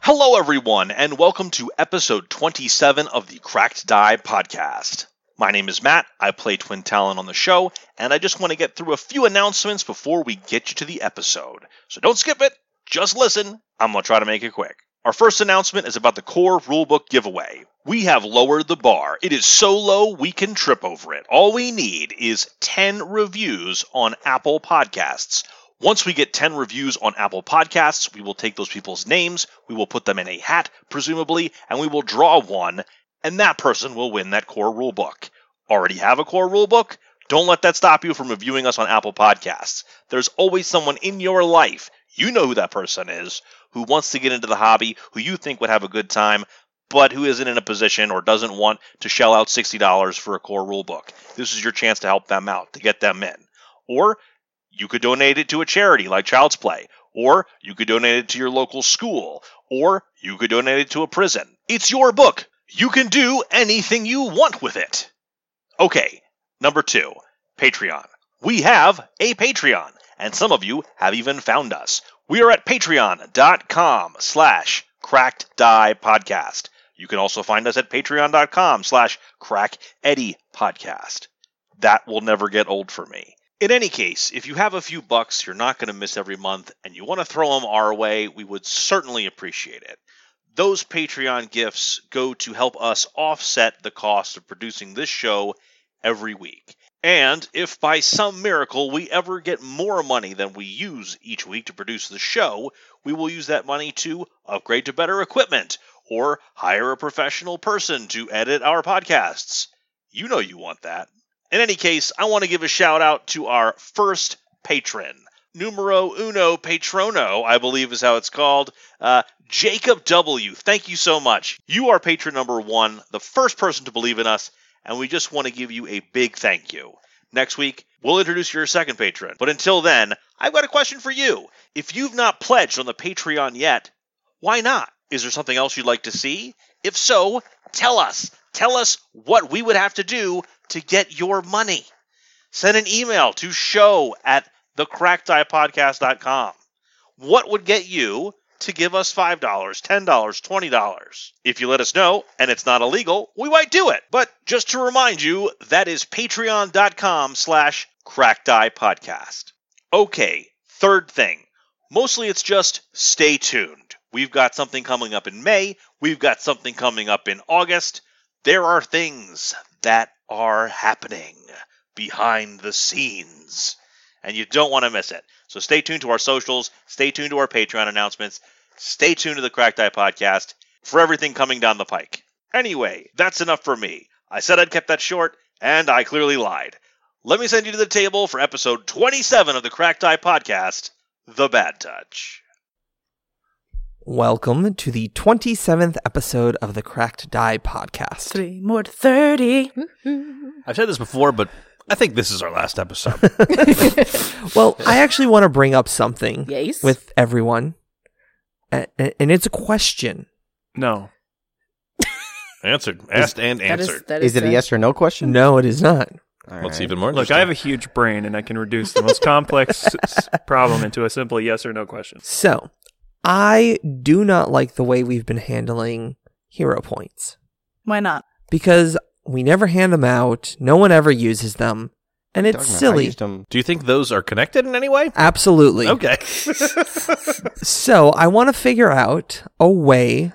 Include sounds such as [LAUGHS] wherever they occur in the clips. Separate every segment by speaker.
Speaker 1: Hello, everyone, and welcome to episode 27 of the Cracked Die podcast. My name is Matt. I play Twin Talon on the show, and I just want to get through a few announcements before we get you to the episode. So don't skip it, just listen. I'm going to try to make it quick. Our first announcement is about the core rulebook giveaway. We have lowered the bar. It is so low we can trip over it. All we need is 10 reviews on Apple Podcasts. Once we get 10 reviews on Apple Podcasts, we will take those people's names, we will put them in a hat, presumably, and we will draw one, and that person will win that core rule book. Already have a core rule book? Don't let that stop you from reviewing us on Apple Podcasts. There's always someone in your life, you know who that person is, who wants to get into the hobby, who you think would have a good time, but who isn't in a position or doesn't want to shell out $60 for a core rule book. This is your chance to help them out, to get them in. Or you could donate it to a charity like Child's Play, or you could donate it to your local school, or you could donate it to a prison. It's your book. You can do anything you want with it. Okay, number two, Patreon. We have a Patreon, and some of you have even found us. We are at patreon.com slash cracked die podcast. You can also find us at patreon.com slash crack Eddie podcast. That will never get old for me. In any case, if you have a few bucks you're not going to miss every month and you want to throw them our way, we would certainly appreciate it. Those Patreon gifts go to help us offset the cost of producing this show every week. And if by some miracle we ever get more money than we use each week to produce the show, we will use that money to upgrade to better equipment or hire a professional person to edit our podcasts. You know you want that. In any case, I want to give a shout out to our first patron, numero uno patrono, I believe is how it's called, uh, Jacob W. Thank you so much. You are patron number one, the first person to believe in us, and we just want to give you a big thank you. Next week, we'll introduce your second patron. But until then, I've got a question for you. If you've not pledged on the Patreon yet, why not? Is there something else you'd like to see? If so, tell us. Tell us what we would have to do to get your money. Send an email to show at thecrackedeyepodcast.com. What would get you to give us $5, $10, $20? If you let us know and it's not illegal, we might do it. But just to remind you, that is patreon.com slash crackdeyepodcast. Okay, third thing. Mostly it's just stay tuned. We've got something coming up in May. We've got something coming up in August. There are things that are happening behind the scenes. And you don't want to miss it. So stay tuned to our socials, stay tuned to our Patreon announcements, stay tuned to the Cracked Eye podcast for everything coming down the pike. Anyway, that's enough for me. I said I'd kept that short, and I clearly lied. Let me send you to the table for episode 27 of the Cracked Eye podcast The Bad Touch.
Speaker 2: Welcome to the 27th episode of the Cracked Die podcast.
Speaker 3: Three more to 30.
Speaker 4: I've said this before, but I think this is our last [LAUGHS] episode.
Speaker 2: Well, I actually want to bring up something
Speaker 3: Yes.
Speaker 2: with everyone, a- a- and it's a question.
Speaker 4: no. Answered. Asked and
Speaker 3: That is-
Speaker 4: answered.
Speaker 3: that
Speaker 5: Is it a yes or no question?
Speaker 2: No, it is not.
Speaker 5: All
Speaker 4: What's
Speaker 5: right.
Speaker 4: even more
Speaker 6: Look, I have a huge brain and I can reduce the most complex s- s- problem into a simple yes or no question.
Speaker 2: So, I do not like the way we've been handling hero points
Speaker 3: Why not?
Speaker 2: because we never hand them out, no one ever uses them, and it's
Speaker 5: Talking about- I
Speaker 2: silly.
Speaker 5: used 'em-
Speaker 4: Do you think those are connected in any way?
Speaker 2: Absolutely.
Speaker 4: Okay.
Speaker 2: So I want to figure out a way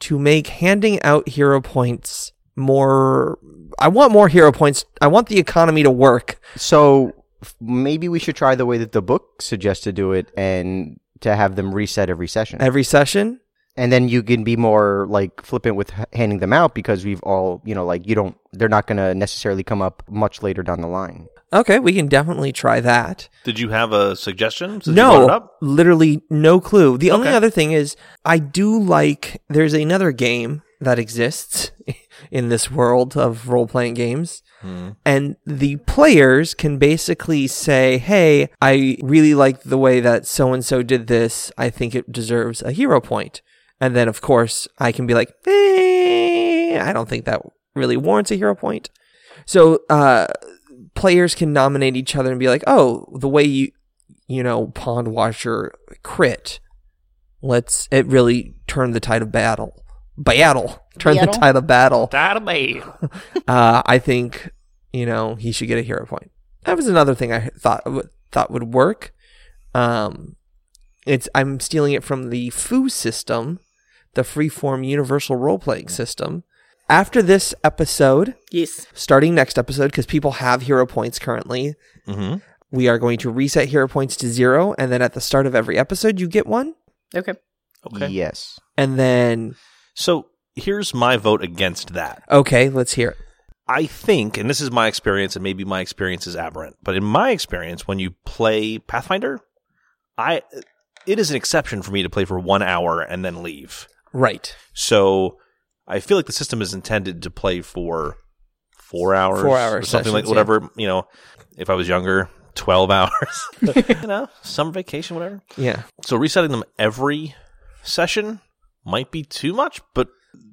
Speaker 2: to make handing out hero points more. I want more hero points. I want the economy to work.
Speaker 5: So f- maybe we should try the way that the book suggests to do it, and to have them reset every session,
Speaker 2: Every session,
Speaker 5: and then you can be more like flippant with h- handing them out because we've all, you know, like you don't. They're not going to necessarily come up much later down the line.
Speaker 2: okay, we can definitely try that.
Speaker 4: Did you have a suggestion? since you brought it
Speaker 2: no,
Speaker 4: up?
Speaker 2: literally no clue. The only
Speaker 4: Okay.
Speaker 2: other thing is, I do like. There's another game that exists [LAUGHS] in this world of role playing games.
Speaker 4: Hmm.
Speaker 2: And the players can basically say, Hey, I really like the way that so and so did this. I think it deserves a hero point. And then, of course, I can be like, eh, I don't think that really warrants a hero point. So, uh, players can nominate each other and be like, Oh, the way you, you know, Pond Watcher crit Let's it really turned the tide of battle. Battle. Turn the
Speaker 7: Battle?
Speaker 2: tide of battle.
Speaker 4: That'll be.
Speaker 2: [LAUGHS] Uh, I think, you know, he should get a hero point. That was another thing I thought w- thought would work. Um, it's I'm stealing it from the Foo system, the freeform universal role playing system. After this episode,
Speaker 7: Yes.
Speaker 2: starting next episode, because people have hero points currently,
Speaker 1: Mm-hmm.
Speaker 2: we are going to reset hero points to zero, and then at the start of every episode, you get one,
Speaker 7: Okay.
Speaker 1: Okay.
Speaker 5: Yes.
Speaker 2: and then
Speaker 1: So here's my vote against that.
Speaker 2: okay, let's hear it.
Speaker 1: I think, and this is my experience, and maybe my experience is aberrant, but in my experience, when you play Pathfinder, I it is an exception for me to play for one hour and then leave.
Speaker 2: Right,
Speaker 1: So I feel like the system is intended to play for four hours,
Speaker 2: Four-hour
Speaker 1: or something like
Speaker 2: sessions,
Speaker 1: whatever you know. If I was younger, twelve [LAUGHS]
Speaker 2: [LAUGHS]
Speaker 1: hours, you know, summer vacation, whatever.
Speaker 2: yeah,
Speaker 1: So resetting them every session might be too much, but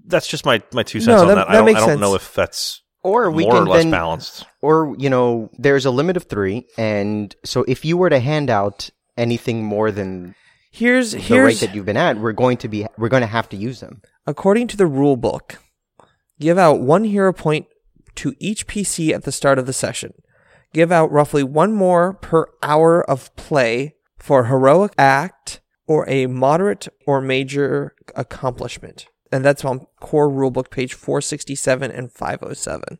Speaker 1: that's just my my two cents
Speaker 2: No,
Speaker 1: on
Speaker 2: that-
Speaker 1: that. I
Speaker 2: that
Speaker 1: don't,
Speaker 2: makes
Speaker 1: I don't
Speaker 2: sense.
Speaker 1: know if that's
Speaker 5: Or we
Speaker 1: more
Speaker 5: can
Speaker 1: or less
Speaker 5: then,
Speaker 1: balanced.
Speaker 5: or you know, there's a limit of three, and so if you were to hand out anything more than
Speaker 2: here's
Speaker 5: the rate
Speaker 2: here's
Speaker 5: that you've been at, we're going to be we're going to have to use them.
Speaker 2: according to the rule book, give out one hero point to each PC at the start of the session. Give out roughly one more per hour of play for heroic act or a moderate or major accomplishment. And that's on core rulebook page 467 and 507.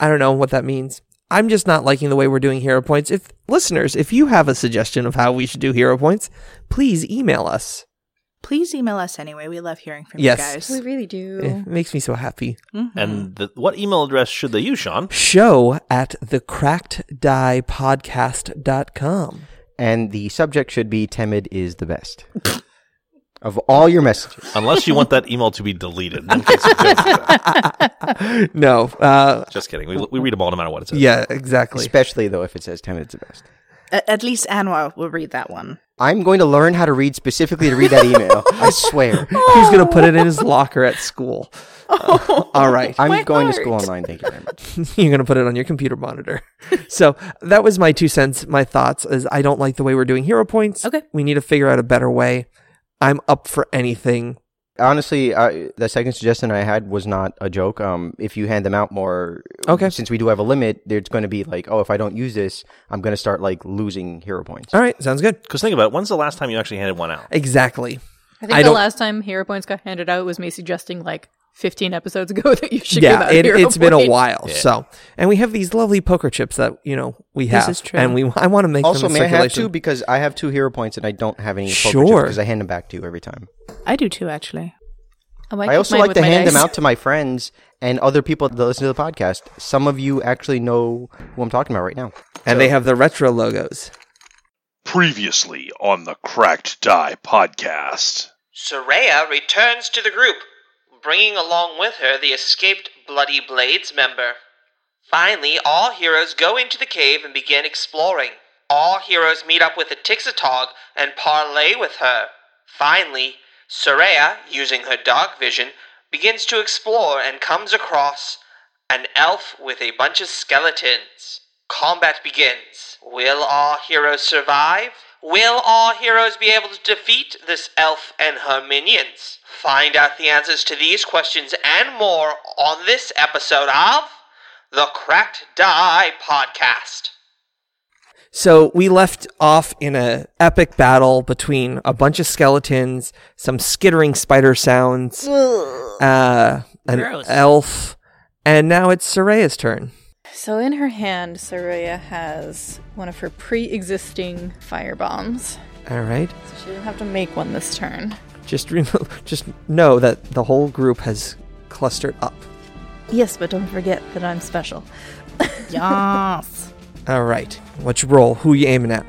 Speaker 2: I don't know what that means. I'm just not liking the way we're doing hero points. If listeners, if you have a suggestion of how we should do hero points, please email us.
Speaker 3: Please email us anyway. We love hearing from
Speaker 2: Yes.
Speaker 3: you
Speaker 7: We
Speaker 3: guys.
Speaker 7: really do.
Speaker 2: It makes me so happy.
Speaker 3: Mhm.
Speaker 1: And the, what email address should they use, Sean?
Speaker 2: show at thecrackeddiepodcast.com.
Speaker 5: And the subject should be timid is the best. of all your messages.
Speaker 1: Unless you want that email to be deleted. in
Speaker 2: [LAUGHS]
Speaker 1: case it goes to that.
Speaker 2: No, uh,
Speaker 1: Just kidding. We, we read them all no matter what it says.
Speaker 2: yeah, exactly.
Speaker 5: Especially though if it says timid is the best.
Speaker 7: A- at least Anwar will read that one.
Speaker 5: I'm going to learn how to read specifically to read that email. I
Speaker 2: [LAUGHS]
Speaker 5: swear.
Speaker 2: He's gonna put it in his locker at school. All right,
Speaker 5: I'm
Speaker 7: My
Speaker 5: going to
Speaker 7: heart.
Speaker 5: school online. Thank you very much.
Speaker 2: [LAUGHS] you're gonna put it on your computer monitor. So that was my two cents. My thoughts is I don't like the way we're doing hero points.
Speaker 7: Okay.
Speaker 2: we need to figure out a better way. I'm up for anything.
Speaker 5: Honestly, I, the second suggestion I had was not a joke. Um, if you hand them out more,
Speaker 2: Okay.
Speaker 5: Since we do have a limit, there's going to be like, oh, if I don't use this, I'm going to start like losing hero points.
Speaker 2: All right, sounds good.
Speaker 1: Because think about it. When's the last time you actually handed one out?
Speaker 2: Exactly.
Speaker 8: I think
Speaker 2: I
Speaker 8: the
Speaker 2: don't-
Speaker 8: last time hero points got handed out was me suggesting like 15 episodes ago [LAUGHS] that you should give
Speaker 2: yeah,
Speaker 8: out
Speaker 2: it,
Speaker 8: hero
Speaker 2: has been a
Speaker 8: points.
Speaker 2: while. So, and we have these lovely poker chips that you know we have.
Speaker 3: is true.
Speaker 2: And we, I want to make
Speaker 5: Also,
Speaker 2: them in
Speaker 5: may I have
Speaker 2: circulation.
Speaker 5: two because I have two hero points and I don't have any
Speaker 2: Sure.
Speaker 5: because I hand them back to you every time.
Speaker 3: I do too, actually.
Speaker 8: might
Speaker 5: I
Speaker 8: Oh, keep
Speaker 5: also
Speaker 8: mine
Speaker 5: like
Speaker 8: with
Speaker 5: to
Speaker 8: my
Speaker 5: hand them
Speaker 8: dice.
Speaker 5: out to my friends and other people that listen to the podcast. Some of you actually know who I'm talking about right now.
Speaker 2: and they have the retro logos.
Speaker 1: Previously on the Cracked Die podcast.
Speaker 9: Soraya returns to the group, bringing along with her the escaped Bloody Blades member. Finally, all heroes go into the cave and begin exploring. All heroes meet up with the Tixatog and parley with her. Finally, Soraya, using her dark vision, begins to explore and comes across an elf with a bunch of skeletons. Combat begins. Will all heroes survive? Will all heroes be able to defeat this elf and her minions? Find out the answers to these questions and more on this episode of the Cracked Die Podcast.
Speaker 2: So we left off in a epic battle between a bunch of skeletons, some skittering spider sounds, uh, an elf, and now it's Soraya's turn.
Speaker 8: So in her hand, Saraya has one of her pre-existing fire bombs.
Speaker 2: All right,
Speaker 8: So she doesn't have to make one this turn.
Speaker 2: just rem- [LAUGHS] just know that the whole group has clustered up.
Speaker 8: Yes, but don't forget that I'm special.
Speaker 3: Yes.
Speaker 2: All right, what's your roll? Who you aiming at?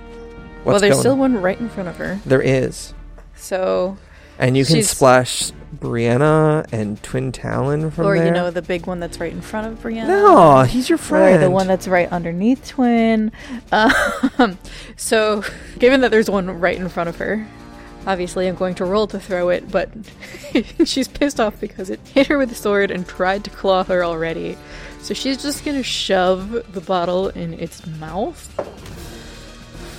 Speaker 2: What's
Speaker 8: well, there's
Speaker 2: going
Speaker 8: still
Speaker 2: on?
Speaker 8: one right in front of her.
Speaker 2: There is,
Speaker 8: So,
Speaker 2: and you can
Speaker 8: She's-
Speaker 2: splash Brianna and Twin Talon from
Speaker 8: or
Speaker 2: there.
Speaker 8: you know, the big one that's right in front of Brianna.
Speaker 2: no, he's your
Speaker 8: Or
Speaker 2: friend.
Speaker 8: the one that's right underneath Twin. Um, [LAUGHS] so, given that there's one right in front of her, obviously I'm going to roll to throw it, but [LAUGHS] she's pissed off because it hit her with a sword and tried to claw her already. So she's just going to shove the bottle in its mouth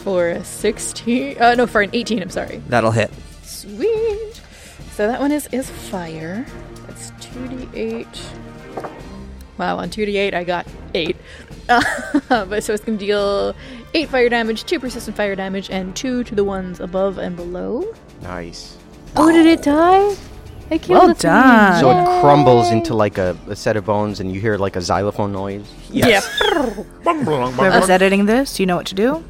Speaker 8: for a 16. Uh, no, for an 18, I'm sorry.
Speaker 2: That'll hit.
Speaker 8: Sweet! So that one is is fire. That's two d eight. Wow, on two d eight I got eight. [LAUGHS] but so it's gonna deal eight fire damage, two persistent fire damage, and two to the ones above and below.
Speaker 5: Nice.
Speaker 10: Oh, did it die? I killed
Speaker 3: Well
Speaker 10: the thing.
Speaker 3: done.
Speaker 5: So it crumbles
Speaker 10: Yay.
Speaker 5: into like a, a set of bones, and you hear like a xylophone noise.
Speaker 3: Whoever's editing this, you know what to do.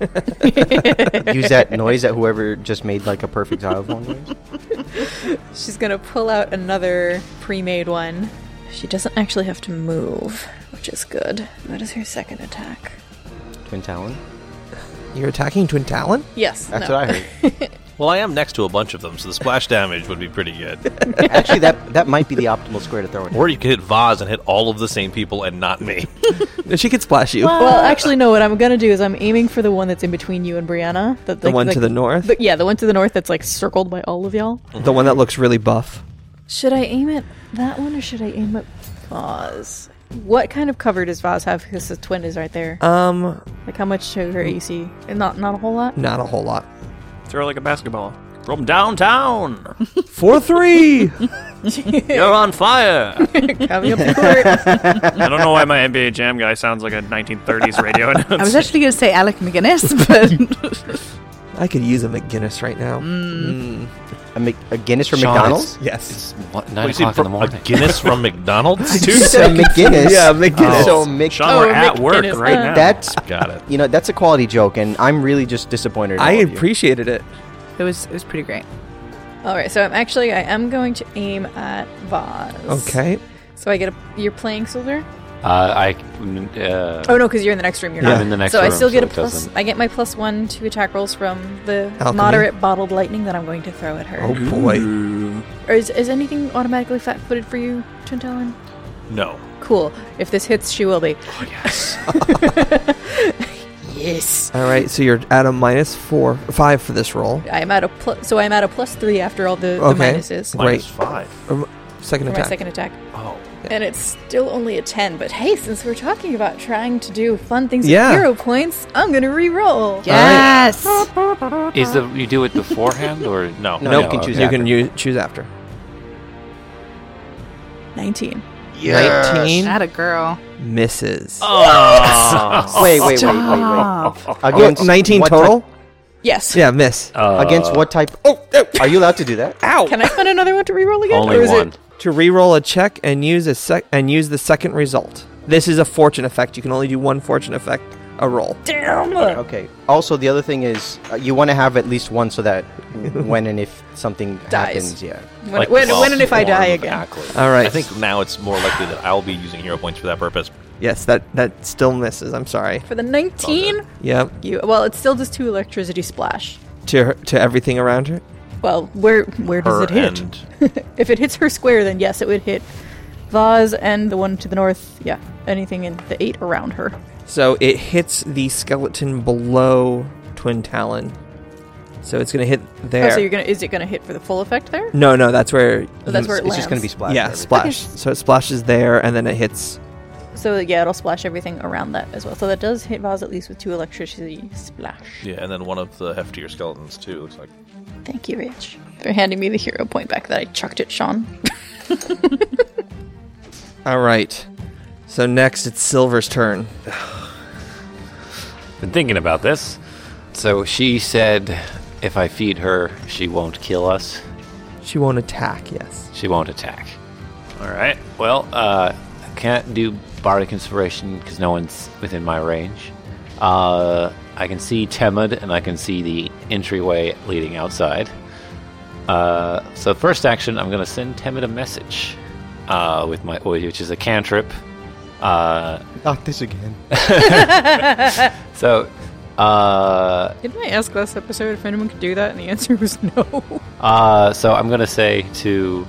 Speaker 5: Use that noise that whoever just made like a perfect xylophone noise.
Speaker 8: [LAUGHS] She's gonna pull out another pre-made one. She doesn't actually have to move, which is good. That is her second attack.
Speaker 5: Twin Talon.
Speaker 2: You're attacking Twin Talon?
Speaker 8: Yes.
Speaker 5: That's
Speaker 8: no.
Speaker 5: what I heard.
Speaker 4: Well, I am next to a bunch of them, so the splash damage would be pretty good.
Speaker 5: Actually, that that might be the optimal square to throw it.
Speaker 4: Or you could hit Vaz and hit all of the same people and not me.
Speaker 2: [LAUGHS] She could splash you.
Speaker 8: [LAUGHS] Well, actually, no. What I'm gonna do is I'm aiming for the one that's in between you and Brianna. The,
Speaker 2: The one to the north?
Speaker 8: the- yeah, the one to the north that's like circled by all of y'all.
Speaker 2: The one that looks really buff.
Speaker 8: Should I aim at that one or should I aim at Vaz? What kind of cover does Vaz have? Because the twin is right there.
Speaker 2: Um,
Speaker 8: like how much to her AC? Not not a whole lot.
Speaker 11: [LAUGHS]
Speaker 2: not a whole lot.
Speaker 6: Throw like a basketball from downtown.
Speaker 2: Four
Speaker 8: [LAUGHS]
Speaker 2: three.
Speaker 6: You're on fire.
Speaker 11: [LAUGHS]
Speaker 8: Coming up short.
Speaker 6: I don't know why my NBA Jam guy sounds like a 1930s radio
Speaker 3: I was
Speaker 6: announcer.
Speaker 3: actually going to say Alec McGuinness, [LAUGHS] but
Speaker 2: I could use a McGinnis right now.
Speaker 5: A, Mc, a Guinness from
Speaker 11: Sean,
Speaker 5: McDonald's.
Speaker 2: Yes.
Speaker 11: What,
Speaker 4: What,
Speaker 11: [LAUGHS] nine
Speaker 4: you said
Speaker 11: o'clock in the
Speaker 4: from a
Speaker 11: morning.
Speaker 4: Guinness
Speaker 11: [LAUGHS]
Speaker 4: from
Speaker 5: [LAUGHS]
Speaker 4: McDonald's?
Speaker 5: You said McGinnis.
Speaker 2: Yeah, McGinnis.
Speaker 5: So Mc,
Speaker 6: Sean,
Speaker 8: Oh,
Speaker 6: we're at
Speaker 8: Nick
Speaker 6: work
Speaker 8: Guinness.
Speaker 6: right
Speaker 8: Uh,
Speaker 6: now.
Speaker 5: that's
Speaker 4: Got it.
Speaker 5: you know that's a quality joke, and I'm really just disappointed. in
Speaker 2: I
Speaker 5: all of you.
Speaker 2: appreciated it.
Speaker 3: it was it was pretty great.
Speaker 8: all right, so I'm actually I am going to aim at Vaz.
Speaker 2: Okay.
Speaker 8: So I get a you're playing soldier.
Speaker 11: Uh, I. Uh,
Speaker 8: Oh no, because you're in the next room. You're
Speaker 11: Yeah.
Speaker 8: not
Speaker 11: I'm in the next
Speaker 8: So I
Speaker 11: room,
Speaker 8: still
Speaker 11: so
Speaker 8: get a
Speaker 11: it
Speaker 8: plus.
Speaker 11: doesn't-
Speaker 8: I get my plus one to attack rolls from the
Speaker 2: Alchemy.
Speaker 8: moderate bottled lightning that I'm going to throw at her.
Speaker 2: Oh boy.
Speaker 8: Or is, is anything automatically flat-footed for you, Tintalon?
Speaker 4: No.
Speaker 8: Cool. If this hits, she will be.
Speaker 2: All right. So you're at a minus four, five for this roll.
Speaker 8: I am at a plus. So I am at a plus three after all the, the
Speaker 2: Okay.
Speaker 8: minuses for
Speaker 2: Great.
Speaker 4: Minus five.
Speaker 2: Um, second
Speaker 8: my
Speaker 2: attack.
Speaker 8: second attack,
Speaker 4: Oh.
Speaker 8: and it's still only a ten. But hey, since we're talking about trying to do fun things
Speaker 2: Yeah.
Speaker 8: with hero points, I'm gonna re-roll.
Speaker 3: Yes.
Speaker 11: is the you do it beforehand or no?
Speaker 5: No, you can
Speaker 11: okay.
Speaker 5: choose
Speaker 2: You
Speaker 5: after.
Speaker 2: can use, choose after.
Speaker 8: Nineteen.
Speaker 2: Nineteen
Speaker 3: Not a girl.
Speaker 2: misses.
Speaker 5: Wait, wait, wait, wait, wait.
Speaker 3: Stop.
Speaker 5: Against
Speaker 2: Nineteen
Speaker 5: what Uh,
Speaker 2: total.
Speaker 8: Yes.
Speaker 2: Yeah, miss.
Speaker 5: against what type? Oh, oh, are you allowed to do [COUGHS] that?
Speaker 8: Can I find another one to re-roll again?
Speaker 11: Only
Speaker 8: or is it-
Speaker 11: one.
Speaker 2: to re-roll a check and use a sec- and use the second result. This is a fortune effect. You can only do one fortune effect a roll.
Speaker 5: Okay. Also, the other thing is uh, you want to have at least one so that when and if [LAUGHS] something
Speaker 8: Dies.
Speaker 5: happens, yeah.
Speaker 8: When,
Speaker 4: Like
Speaker 8: when,
Speaker 4: the
Speaker 8: when and if I
Speaker 4: form
Speaker 8: die
Speaker 4: of
Speaker 8: again?
Speaker 4: accolade.
Speaker 2: All right.
Speaker 4: I think now it's more likely that I'll be using hero points for that purpose.
Speaker 2: Yes, that that still misses. I'm sorry.
Speaker 8: For the 19,
Speaker 2: Yep.
Speaker 8: you well, it still does two electricity splash.
Speaker 2: To her, to everything around her.
Speaker 8: Well, where where does
Speaker 4: Her
Speaker 8: it hit?
Speaker 4: and
Speaker 8: If it hits her square, then yes, it would hit Vaz and the one to the north. Yeah, anything in the eight around her. Oh,
Speaker 2: So it hits the skeleton below Twin Talon. So it's gonna hit there.
Speaker 8: Oh, so you're gonna is it gonna hit for the full effect there?
Speaker 2: no, no, that's where.
Speaker 8: Oh, that's where it
Speaker 5: Mm, It's just going
Speaker 8: lands.
Speaker 5: to be splashed.
Speaker 2: yeah, splash. So it splashes there, and then it hits.
Speaker 8: So yeah, it'll splash everything around that as well. So that does hit Vaz at least with two electricity splash.
Speaker 4: yeah, and then one of the heftier skeletons too. Looks like
Speaker 8: Thank you, Rich, for handing me the hero point back that I chucked at Sean.
Speaker 2: All right. So next, it's Silver's turn.
Speaker 11: Been thinking about this. So she said, if I feed her, she won't kill us.
Speaker 2: She won't attack. Yes.
Speaker 11: She won't attack. All right. Well, uh, I can't do bardic inspiration because no one's within my range. Uh, I can see Temud and I can see the entryway leading outside. Uh, so first action, I'm going to send Temud a message uh, with my which is a cantrip. Uh,
Speaker 5: Not this again.
Speaker 11: [LAUGHS] so. Uh,
Speaker 8: Didn't I ask last episode if anyone could do that, and the answer was [LAUGHS] no.
Speaker 11: Uh, so I'm gonna say to,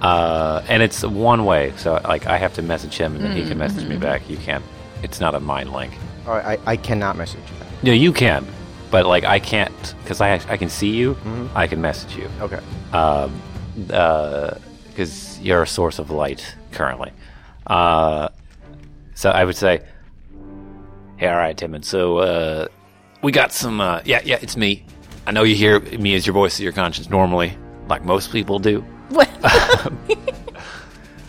Speaker 11: uh, and it's one way. So like I have to message him, and then he can message me back. You can't. It's not a mind link.
Speaker 5: All right, I, I cannot message you. back.
Speaker 11: No, you can, but like I can't because I I can see you. I can message you
Speaker 5: Okay.
Speaker 11: because you're a source of light currently. Uh, so I would say, hey, all right, Timon. So uh, we got some. Uh, yeah, yeah, it's me. I know you hear me as your voice of your conscience normally, like most people do.
Speaker 8: Well,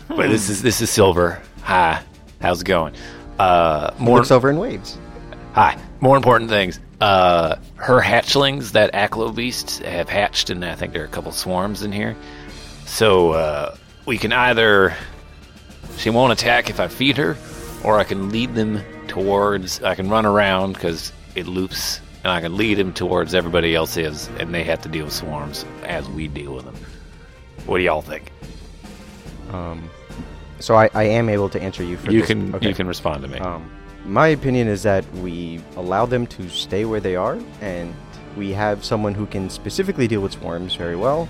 Speaker 11: but this is this is Silver. Hi, how's it going? Uh, more
Speaker 5: looks over and waves.
Speaker 11: Hi. More important things. Uh, her hatchlings, that Aclo beast, have hatched, and I think there are a couple swarms in here. So uh, we can either she won't attack if I feed her, or I can lead them towards. I can run around because it loops, and I can lead them towards everybody else is, and they have to deal with swarms as we deal with them. What do y'all think?
Speaker 5: Um, so I, I am able to answer you. For
Speaker 11: You
Speaker 5: this.
Speaker 11: can- you can respond to me.
Speaker 5: Um, my opinion is that we allow them to stay where they are, and we have someone who can specifically deal with swarms very well.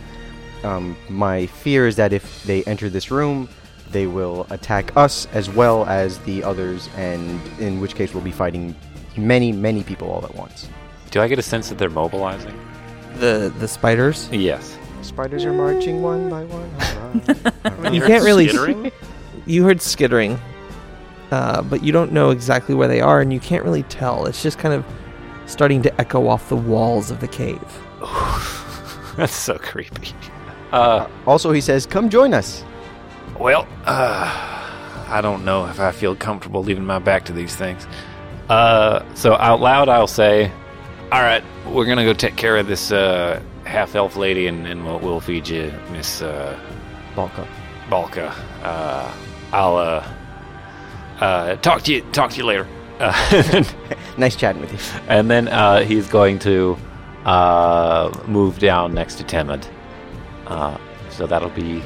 Speaker 5: Um, my fear is that if they enter this room, they will attack us as well as the others, and in which case we'll be fighting many, many people all at once.
Speaker 11: Do I get a sense that they're mobilizing?
Speaker 2: The the spiders.
Speaker 11: Yes.
Speaker 5: Spiders are marching one by one. all right.
Speaker 6: [LAUGHS]
Speaker 2: you can't really. You heard skittering, uh, but you don't know exactly where they are, and you can't really tell. It's just kind of starting to echo off the walls of the cave.
Speaker 11: [LAUGHS] That's so creepy. Uh,
Speaker 5: [LAUGHS] also, he says, "Come join us."
Speaker 11: Well, uh, I don't know if I feel comfortable leaving my back to these things. Uh, so out loud, I'll say, "All right, we're gonna go take care of this uh, half-elf lady, and, and we'll, we'll feed you, Miss uh,
Speaker 5: Balka.
Speaker 11: Balka. Uh, I'll uh, uh, talk to you. Talk to you later." Uh, [LAUGHS]
Speaker 5: nice chatting with you.
Speaker 11: And then uh, he's going to uh, move down next to Temid. Uh, so that'll be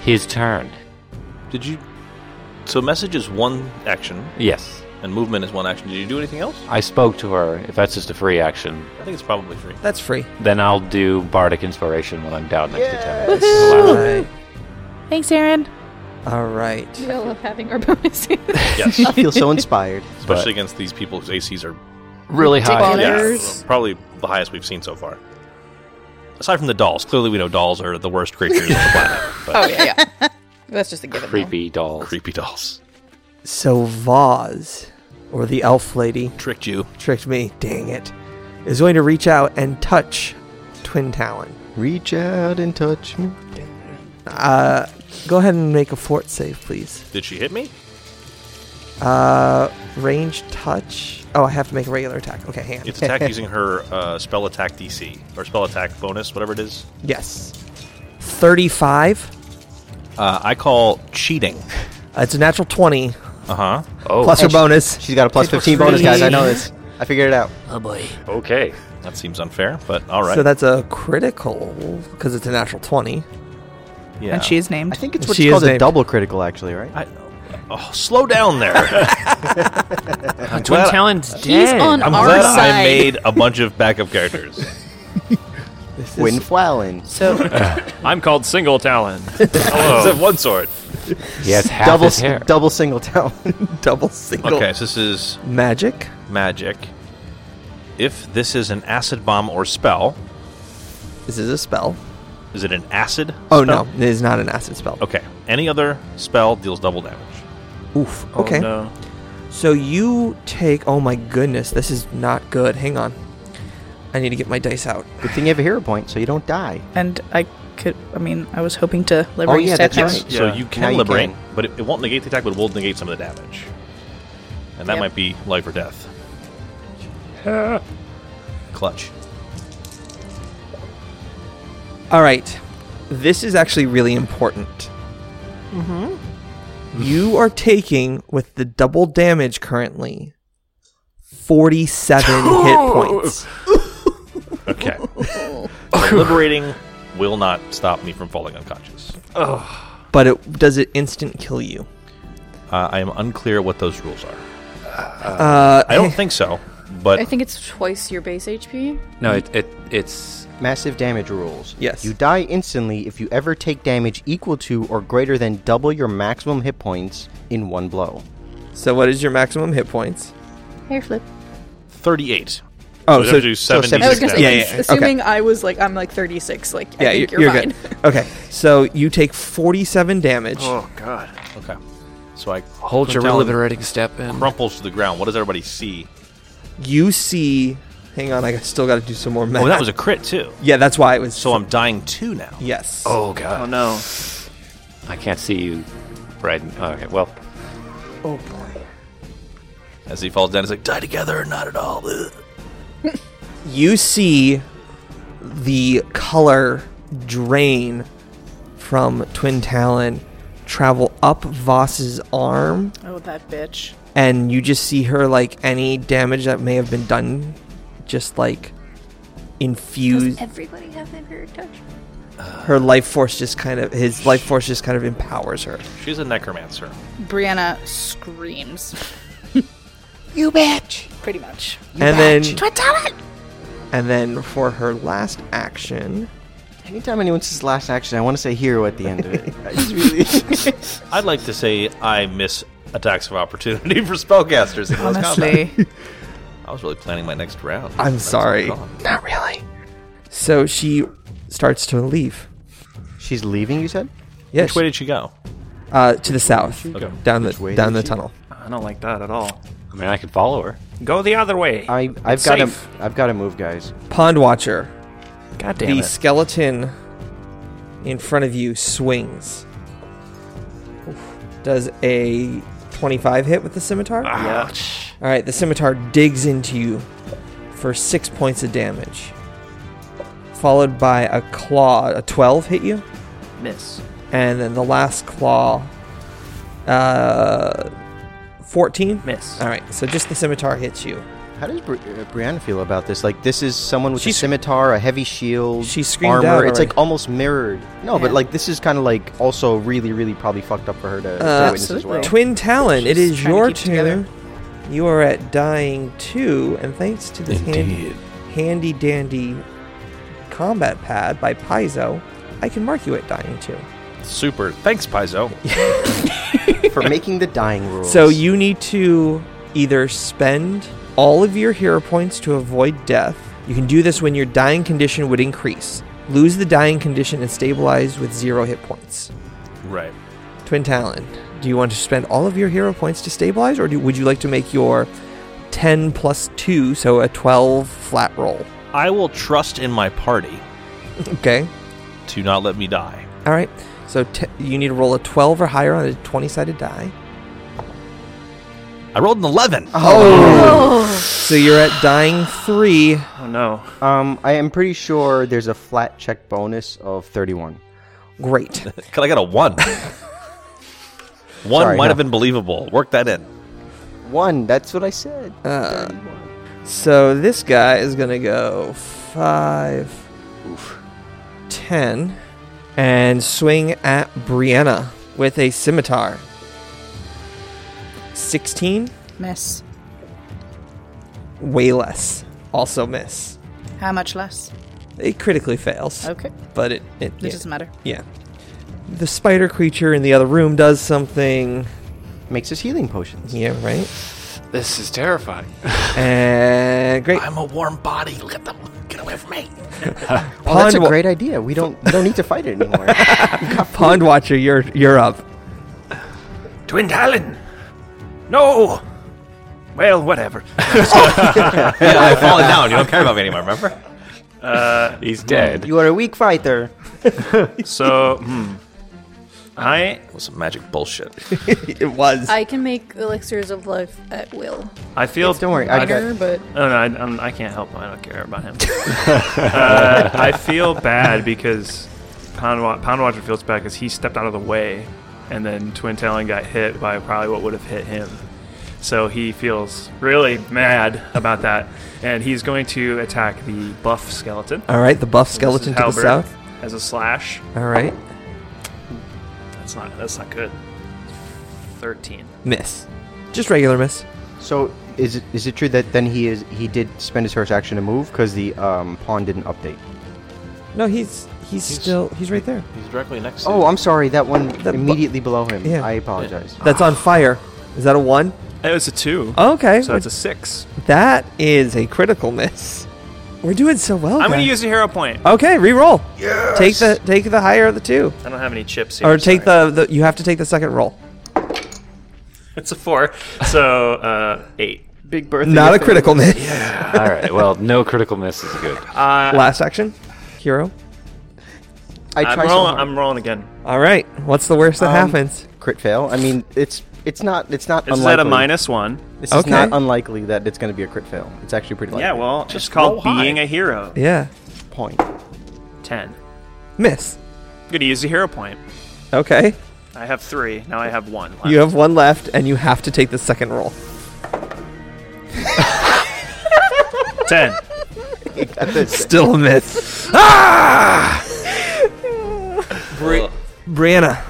Speaker 11: his turn.
Speaker 4: Did you? So message is one action.
Speaker 11: Yes.
Speaker 4: And movement is one action. Did you do anything else?
Speaker 11: I spoke to her. If that's just a free action,
Speaker 4: I think it's probably free.
Speaker 2: That's free.
Speaker 11: then I'll do bardic inspiration when I'm down next to
Speaker 7: Woohoo!
Speaker 11: Temid.
Speaker 7: Thanks, Aaron.
Speaker 2: All right.
Speaker 8: We all love having our bonuses.
Speaker 4: Yes.
Speaker 5: I feel so inspired.
Speaker 4: Especially against these people whose ACs are
Speaker 11: Really high.
Speaker 4: Yeah,
Speaker 11: Ridiculous.
Speaker 4: probably the highest we've seen so far. Aside from the dolls, clearly we know dolls are the worst creatures on the [LAUGHS] planet. But
Speaker 8: [LAUGHS] oh yeah, yeah. That's just a given. though.
Speaker 11: Creepy dolls.
Speaker 4: Creepy dolls.
Speaker 2: So Vaz, or the elf lady,
Speaker 4: tricked you.
Speaker 2: Tricked me. Dang it! Is going to reach out and touch Twin Talon.
Speaker 5: Reach out and touch me.
Speaker 2: Uh, go ahead and make a fort save, please.
Speaker 4: Did she hit me?
Speaker 2: Uh, range touch. Oh, I have to make a regular attack. Okay, hang on.
Speaker 4: It's attack using her uh, spell attack DC or spell attack bonus, whatever it is.
Speaker 2: Yes. 35.
Speaker 4: Uh, I call cheating.
Speaker 2: Uh, it's a natural 20.
Speaker 4: Uh huh.
Speaker 11: Oh,
Speaker 2: Plus her
Speaker 5: And she-
Speaker 2: bonus.
Speaker 5: She's got a plus
Speaker 2: It's
Speaker 5: 15 bonus, guys. I know
Speaker 2: free.
Speaker 5: this. I figured it out.
Speaker 2: Oh boy.
Speaker 11: Okay.
Speaker 4: That seems unfair, but all right.
Speaker 2: So that's a critical because it's a natural 20.
Speaker 4: yeah.
Speaker 7: And she is named.
Speaker 5: I think it's
Speaker 2: She
Speaker 5: what's
Speaker 2: is
Speaker 5: called a
Speaker 2: named.
Speaker 5: double critical, actually, right?
Speaker 4: I, oh, slow down there. I'm
Speaker 11: Twin
Speaker 4: glad-
Speaker 11: Talon's
Speaker 8: He's
Speaker 11: dead.
Speaker 8: on
Speaker 4: I'm
Speaker 8: our
Speaker 4: glad
Speaker 8: side.
Speaker 4: I made a bunch of backup [LAUGHS] characters.
Speaker 5: Windflowin.
Speaker 7: So
Speaker 6: I'm called Single Talon. Hello.
Speaker 4: Except one sword.
Speaker 11: He has half
Speaker 5: Double,
Speaker 11: his
Speaker 5: s-
Speaker 11: hair.
Speaker 5: double single [LAUGHS]
Speaker 2: [LAUGHS]
Speaker 5: talent.
Speaker 2: Double single.
Speaker 4: Okay, so this is
Speaker 2: Magic.
Speaker 4: magic. If this is an acid bomb or spell,
Speaker 2: This is a spell.
Speaker 4: is it an acid?
Speaker 2: Oh
Speaker 4: spell?
Speaker 2: no, it is not an acid spell.
Speaker 4: Okay. Any other spell deals double damage.
Speaker 2: Oof. Okay.
Speaker 6: Oh, no.
Speaker 2: So you take. Oh my goodness, this is not good. Hang on. I need to get my dice out.
Speaker 5: Good thing you have a hero point, so you don't die.
Speaker 7: and I could. I mean, I was hoping to liberate
Speaker 5: Oh, yeah,
Speaker 7: stack
Speaker 5: that's
Speaker 7: next.
Speaker 5: right.
Speaker 4: So
Speaker 6: Yeah.
Speaker 4: you
Speaker 5: Now
Speaker 4: can
Speaker 5: you
Speaker 4: liberate,
Speaker 5: can.
Speaker 4: but it, it won't negate the attack, but it will negate some of the damage. And that
Speaker 7: Yep.
Speaker 4: might be life or
Speaker 5: [LAUGHS]
Speaker 4: death. Clutch.
Speaker 2: All right. This is actually really important. Mm-hmm. You are taking, with the double damage currently, 47
Speaker 8: [LAUGHS]
Speaker 2: hit points.
Speaker 5: [LAUGHS]
Speaker 4: Okay. So liberating will not stop me from falling unconscious.
Speaker 2: But it does it instant kill you?
Speaker 4: Uh, I am unclear what those rules are.
Speaker 2: Uh,
Speaker 4: I don't think so, but
Speaker 8: I think it's twice your base HP.
Speaker 11: No, it, it it's
Speaker 5: Massive damage rules.
Speaker 2: Yes.
Speaker 5: You die instantly if you ever take damage equal to or greater than double your maximum hit points in one blow.
Speaker 2: so. What is your maximum hit points?
Speaker 8: Hair flip.
Speaker 4: 38.
Speaker 2: Oh,
Speaker 4: We'd
Speaker 2: so-
Speaker 4: have to do
Speaker 5: so
Speaker 4: 76
Speaker 8: I was gonna say,
Speaker 4: damage.
Speaker 2: Yeah, yeah, yeah.
Speaker 8: assuming I was like, I'm like 36. Like, I think you're, fine. [LAUGHS]
Speaker 2: good. Okay, so you take 47 damage.
Speaker 6: Oh God.
Speaker 4: Okay. So I
Speaker 11: hold
Speaker 4: your
Speaker 11: liberating step in.
Speaker 4: crumples to the ground. What does everybody see?
Speaker 2: You see. Hang on, I still got to do some more math.
Speaker 4: Oh, that was a crit too.
Speaker 2: Yeah, that's why it was.
Speaker 4: So I'm dying two now.
Speaker 2: Yes.
Speaker 11: Oh
Speaker 6: Oh
Speaker 11: god.
Speaker 6: no.
Speaker 11: I can't see you, Braden. Okay, well.
Speaker 2: Oh boy.
Speaker 4: As he falls down, he's like, die together or not at all. Ugh.
Speaker 2: you see the color drain from Twin Talon travel up Voss's arm,
Speaker 3: Oh, that bitch.
Speaker 2: and you just see her like any damage that may have been done, just like infused.
Speaker 10: everybody have their hair touched?
Speaker 2: Her life force just kind of his life force just kind of empowers her.
Speaker 1: She's a necromancer.
Speaker 3: Brianna screams.
Speaker 10: You bitch!
Speaker 3: Pretty much.
Speaker 2: And then-
Speaker 10: Twin Talon!
Speaker 2: And then for her last action,
Speaker 5: Anytime anyone says last action, I want to say hero at the end of [LAUGHS] it. I just
Speaker 4: I'd like to say I miss attacks of opportunity [LAUGHS] for spellcasters in close combat. [LAUGHS] I was really planning my next round.
Speaker 2: I'm
Speaker 4: That's
Speaker 2: sorry.
Speaker 4: all gone.
Speaker 2: Not really. So she starts to leave.
Speaker 5: She's leaving, you said?
Speaker 2: Yes.
Speaker 1: Which way did she go?
Speaker 2: Uh, to the south,
Speaker 5: go?
Speaker 2: down the
Speaker 5: Which way
Speaker 2: down
Speaker 5: did
Speaker 2: the
Speaker 5: she-
Speaker 2: tunnel.
Speaker 6: I don't like that at all.
Speaker 11: I mean, I could follow her.
Speaker 6: Go the other way.
Speaker 5: I, I've
Speaker 6: It's
Speaker 5: got to,
Speaker 6: safe.
Speaker 5: I've got to move, guys.
Speaker 2: Pond Watcher,
Speaker 6: God
Speaker 2: the
Speaker 6: damn it.
Speaker 2: skeleton in front of you swings. Oof. Does a 25 hit with the scimitar?
Speaker 5: Ah.
Speaker 6: Ouch.
Speaker 2: All right, the scimitar digs into you for six points of damage, followed by a claw. A 12 hit you?
Speaker 6: Miss.
Speaker 2: and then the last claw uh 14
Speaker 6: Miss.
Speaker 2: all right so just the scimitar hits you
Speaker 5: How does Bri- uh, Brianna feel about this? Like, this is someone with
Speaker 2: She
Speaker 5: a
Speaker 2: sc-
Speaker 5: scimitar, a heavy shield,
Speaker 2: She screamed
Speaker 5: armor.
Speaker 2: out
Speaker 5: it's
Speaker 2: already.
Speaker 5: like almost mirrored. No, but
Speaker 3: Yeah.
Speaker 5: like this is kind of like also really, really probably fucked up for her to, to
Speaker 2: Uh,
Speaker 5: witness as well.
Speaker 2: twin talon it
Speaker 3: She's trying
Speaker 2: is
Speaker 3: to
Speaker 2: your
Speaker 3: keep it together.
Speaker 2: turn you are at dying two and thanks to this handy,
Speaker 11: Indeed.
Speaker 2: handy dandy combat pad by paizo i can mark you at dying two
Speaker 4: Super. Thanks, Paizo.
Speaker 5: for making the dying rules.
Speaker 2: so you need to either spend all of your hero points to avoid death you can do this when your dying condition would increase lose the dying condition and stabilize with zero hit points
Speaker 4: Right.
Speaker 2: Twin Talon, do you want to spend all of your hero points to stabilize, or do, would you like to make your 10 plus 2, so a 12 flat roll? [LAUGHS]
Speaker 1: I will trust in my party
Speaker 2: Okay.
Speaker 1: to not let me die.
Speaker 2: All right. So t- you need to roll a 12 or higher on a 20 sided die.
Speaker 1: I rolled an 11.
Speaker 2: So you're at dying 3.
Speaker 6: Oh no.
Speaker 5: um, I am pretty sure there's a flat check bonus of 31.
Speaker 2: Great.
Speaker 4: [LAUGHS] 'Cause I got a one. one
Speaker 5: Sorry,
Speaker 4: might
Speaker 5: no.
Speaker 4: have been believable. Work that
Speaker 5: [LAUGHS]
Speaker 4: in.
Speaker 5: One, that's what I said.
Speaker 2: Uh,
Speaker 5: 31.
Speaker 2: so this guy is going to go 5, 10, and swing at Brianna with a scimitar. 16.
Speaker 3: Miss.
Speaker 2: way less. Also miss.
Speaker 3: How much less?
Speaker 2: It critically fails,
Speaker 3: Okay.
Speaker 2: but it it,
Speaker 3: It
Speaker 2: yeah,
Speaker 3: doesn't matter.
Speaker 2: yeah. The spider creature in the other room does something.
Speaker 5: Makes us healing potions.
Speaker 2: Yeah, right.
Speaker 11: This is terrifying.
Speaker 2: And great.
Speaker 4: [LAUGHS] I'm a warm body. Look at the Get away
Speaker 2: [LAUGHS]
Speaker 4: from me.
Speaker 5: Oh, that's a
Speaker 2: Pond wa-
Speaker 5: great idea. We don't, we don't need to fight
Speaker 2: [LAUGHS]
Speaker 5: it anymore. [LAUGHS]
Speaker 2: Pond Watcher, you're you're up.
Speaker 6: Twin Talon. No. Well, whatever.
Speaker 4: yeah, I've fallen down. You don't care about me anymore, remember?
Speaker 11: He's dead.
Speaker 5: you are a weak fighter.
Speaker 6: So, hmm. I
Speaker 4: That was some magic bullshit.
Speaker 2: It was.
Speaker 8: I can make elixirs of life at will.
Speaker 6: I feel.
Speaker 5: Don't worry. I got,
Speaker 8: Minor, but
Speaker 6: Oh, no, I, I'm, I can't help him. I don't care about
Speaker 2: [LAUGHS]
Speaker 6: him. uh, I feel bad because Pound, Wa- Pound Watcher feels bad because he stepped out of the way, and then Twin Talon got hit by probably what would have hit him. So he feels really mad about that, and he's going to attack the buff skeleton.
Speaker 2: All right, the buff
Speaker 6: This is
Speaker 2: skeleton to the
Speaker 6: halberd
Speaker 2: south.
Speaker 6: as a slash.
Speaker 2: All right,
Speaker 6: That's not that's not good. Thirteen.
Speaker 2: miss. Just regular miss.
Speaker 5: So is it is it true that then he is he did spend his first action to move because the um, pawn didn't update?
Speaker 2: No, he's he's, still he's right there.
Speaker 1: He's directly next to
Speaker 5: Oh, I'm sorry. That one
Speaker 2: bu-
Speaker 5: immediately below him.
Speaker 2: Yeah.
Speaker 5: I apologize.
Speaker 2: That's on fire. Is that a one?
Speaker 6: It was Oh, a two.
Speaker 2: Oh, Okay,
Speaker 6: So it's a six.
Speaker 2: that is a critical miss. We're doing so well.
Speaker 6: I'm going to
Speaker 2: guys.
Speaker 6: use a hero point.
Speaker 2: Okay, re-roll. Yes. Take the take the higher of the two.
Speaker 6: I don't have any chips here.
Speaker 2: Or take
Speaker 6: sorry.
Speaker 2: the, the you have to take the second roll.
Speaker 6: It's a four. So uh, eight.
Speaker 5: Big birthday.
Speaker 2: Not a critical miss.
Speaker 11: All right. Well, no critical miss is good.
Speaker 2: Last action, hero.
Speaker 5: I
Speaker 6: I'm
Speaker 5: try so
Speaker 6: rolling.
Speaker 5: hard.
Speaker 6: I'm rolling again.
Speaker 2: All right. What's the worst that
Speaker 5: Um,
Speaker 2: happens?
Speaker 5: Crit fail. I mean, it's it's not it's not.
Speaker 6: This is
Speaker 5: unlikely.
Speaker 6: at a minus one.
Speaker 5: This
Speaker 2: Okay.
Speaker 5: is not unlikely that it's going to be a crit fail. It's actually pretty likely.
Speaker 6: Yeah, well, it's called
Speaker 5: roll high.
Speaker 6: being a hero.
Speaker 2: Yeah.
Speaker 5: point.
Speaker 6: Ten.
Speaker 2: Miss.
Speaker 6: I'm gonna use a hero point.
Speaker 2: Okay.
Speaker 6: I have three. Now I have one. Left.
Speaker 2: You have one left, and you have to take the second roll.
Speaker 6: ten.
Speaker 2: Still a miss. ah! Bri- Brianna.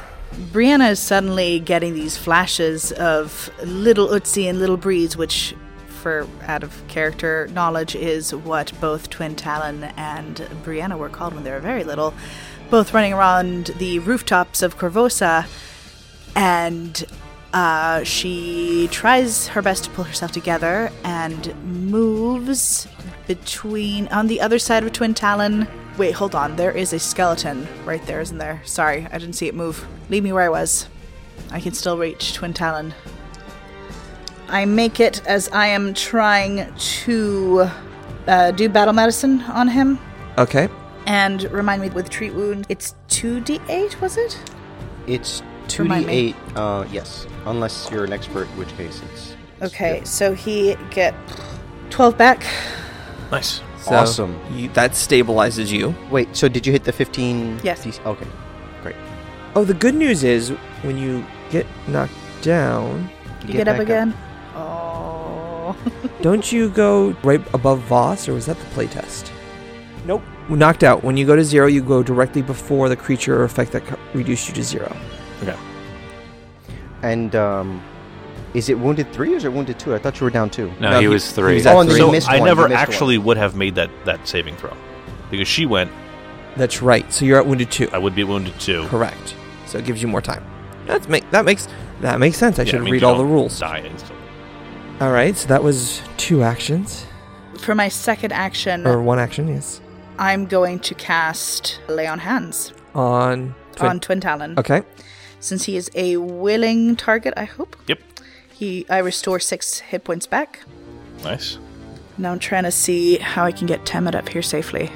Speaker 7: Brianna is suddenly getting these flashes of Little Utsi and Little Breeze, which, for out of character knowledge, is what both Twin Talon and Brianna were called when they were very little, both running around the rooftops of Corvosa. And uh, she tries her best to pull herself together and moves between on the other side of Twin Talon. Wait, hold on. There is a skeleton right there, isn't there? Sorry, I didn't see it move. Leave me where I was. I can still reach Twin Talon. I make it as I am trying to uh, do battle medicine on him.
Speaker 2: Okay.
Speaker 7: And remind me with treat wound, it's 2d8, was it?
Speaker 5: It's two
Speaker 7: Remind
Speaker 5: d
Speaker 7: me.
Speaker 5: eight. Uh, yes, unless you're an expert, in which case it's
Speaker 7: Okay, so he get 12 back.
Speaker 6: Nice.
Speaker 2: So
Speaker 5: Awesome.
Speaker 2: You, that stabilizes you.
Speaker 5: Wait, so did you hit the 15?
Speaker 7: Yes.
Speaker 5: DC? Okay, great.
Speaker 2: Oh, the good news is when you get knocked down,
Speaker 7: You get, up
Speaker 5: back
Speaker 7: again. Oh.
Speaker 2: don't you go right above Voss, or was that the playtest? Nope. Knocked out. When you go to zero, you go directly before the creature or effect that co- reduced you to zero.
Speaker 5: And um, is it wounded three or is it wounded two? I thought you were down two.
Speaker 11: No,
Speaker 2: No,
Speaker 11: he
Speaker 2: he-
Speaker 11: was three.
Speaker 2: he's at
Speaker 5: Oh, and then
Speaker 2: three.
Speaker 5: you
Speaker 4: So
Speaker 5: missed
Speaker 4: I
Speaker 5: one, you
Speaker 4: never
Speaker 5: missed one.
Speaker 4: actually would have made that, that saving throw because she went.
Speaker 2: That's right. So you're at wounded two.
Speaker 4: I would be wounded too.
Speaker 2: Correct. So it gives you more time. That's make that makes that makes sense. I
Speaker 4: Yeah,
Speaker 2: should
Speaker 4: mean,
Speaker 2: read
Speaker 4: you
Speaker 2: all the
Speaker 4: don't
Speaker 2: rules.
Speaker 4: Die instantly.
Speaker 2: All right. So that was two actions
Speaker 7: For my second action,
Speaker 2: or one action, yes.
Speaker 7: I'm going to cast Lay on Hands
Speaker 2: On twin.
Speaker 7: on Twin Talon.
Speaker 2: okay.
Speaker 7: Since he is a willing target, I hope.
Speaker 4: Yep.
Speaker 7: He I restore six hit points back.
Speaker 4: Nice.
Speaker 7: Now I'm trying to see how I can get Temet up here safely.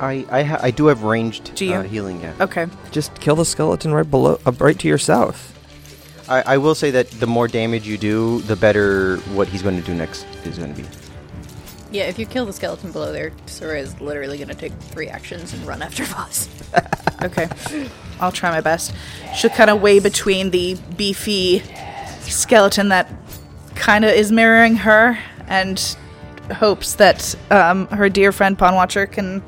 Speaker 5: I I, ha- I do have ranged
Speaker 7: Do you?
Speaker 5: Uh, healing. Yeah.
Speaker 7: Okay.
Speaker 2: Just kill the skeleton right below, uh, right to your south.
Speaker 5: I, I will say that the more damage you do, the better what he's going to do next is going to be.
Speaker 8: Yeah, if you kill the skeleton below there, Sora is literally going to take three actions and run after [LAUGHS] Voss.
Speaker 7: Okay. I'll try my best. She'll kind of weigh between the beefy skeleton that kind of is mirroring her and hopes that um, her dear friend Pawn Watcher can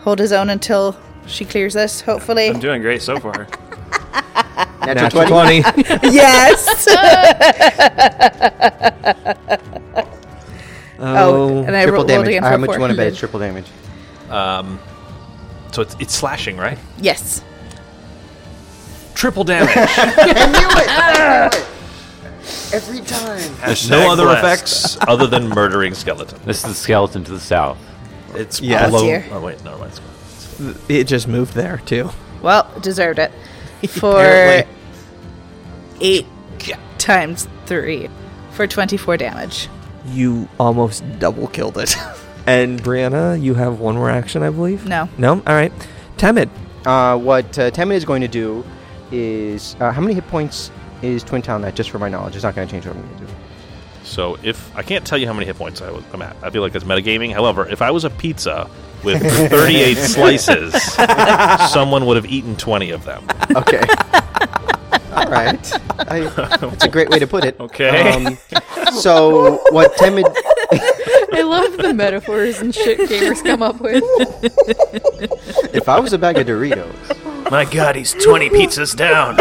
Speaker 7: hold his own until she clears this, hopefully. [LAUGHS]
Speaker 6: I'm doing great so far.
Speaker 5: Natural,
Speaker 2: Twenty. [LAUGHS]
Speaker 7: yes!
Speaker 2: oh,
Speaker 7: and I
Speaker 5: Triple
Speaker 7: rolled
Speaker 5: damage.
Speaker 7: again
Speaker 5: How
Speaker 7: for
Speaker 5: much
Speaker 7: four.
Speaker 5: you want to bet? It's [LAUGHS] triple damage.
Speaker 4: Um, so it's, it's slashing, right?
Speaker 7: Yes.
Speaker 4: Triple
Speaker 5: [LAUGHS]
Speaker 4: damage.
Speaker 5: Every time.
Speaker 4: There's no
Speaker 6: Hashtag
Speaker 4: other
Speaker 6: blessed.
Speaker 4: effects other than murdering skeleton.
Speaker 11: This is the skeleton to the south.
Speaker 4: It's
Speaker 2: Yes.
Speaker 4: below.
Speaker 7: Dear.
Speaker 4: Oh wait, never mind.
Speaker 2: it just moved there too.
Speaker 7: Well, deserved [LAUGHS] it. For
Speaker 2: Apparently.
Speaker 7: eight times three for 24 damage.
Speaker 2: You almost double killed it. [LAUGHS] and Brianna, you have one more action, I believe.
Speaker 7: No.
Speaker 2: No. All right. Temid.
Speaker 5: Uh, what uh, Temin is going to do is uh, how many hit points is Twin Town at? Just for my knowledge, it's not going to change what I'm going to do.
Speaker 4: So if I can't tell you how many hit points I was, I'm at, I feel like that's metagaming. However, if I was a pizza with 38 slices, someone would have eaten 20 of them.
Speaker 5: [LAUGHS] [LAUGHS] Okay. All right. I, that's a great way to put [LAUGHS] it. Um,
Speaker 6: Okay.
Speaker 5: so what Temid?
Speaker 8: I love the metaphors and shit gamers come up [LAUGHS] with.
Speaker 5: If I was a bag of Doritos,
Speaker 6: My God, he's 20
Speaker 4: [LAUGHS]
Speaker 6: pizzas down.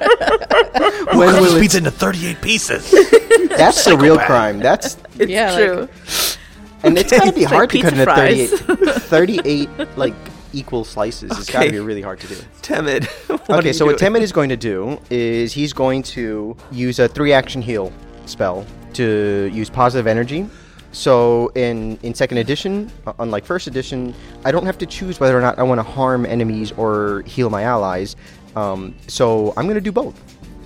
Speaker 5: when will it,
Speaker 4: into 38 pieces.
Speaker 5: that's the real crime. That's
Speaker 8: yeah,
Speaker 7: True.
Speaker 5: and it's gotta be hard to
Speaker 7: pizza
Speaker 5: cut into
Speaker 7: fries.
Speaker 5: 38, [LAUGHS] 38 like equal slices. It's gotta
Speaker 2: Okay.
Speaker 5: be really hard to do.
Speaker 2: Temid. [LAUGHS] What
Speaker 5: Okay,
Speaker 2: are
Speaker 5: so
Speaker 2: you
Speaker 5: what
Speaker 2: doing?
Speaker 5: Temid is going to do is he's going to use a three action heal spell to use positive energy. So in in second edition, uh, unlike first edition, I don't have to choose whether or not I want to harm enemies or heal my allies. Um, so I'm going to do both.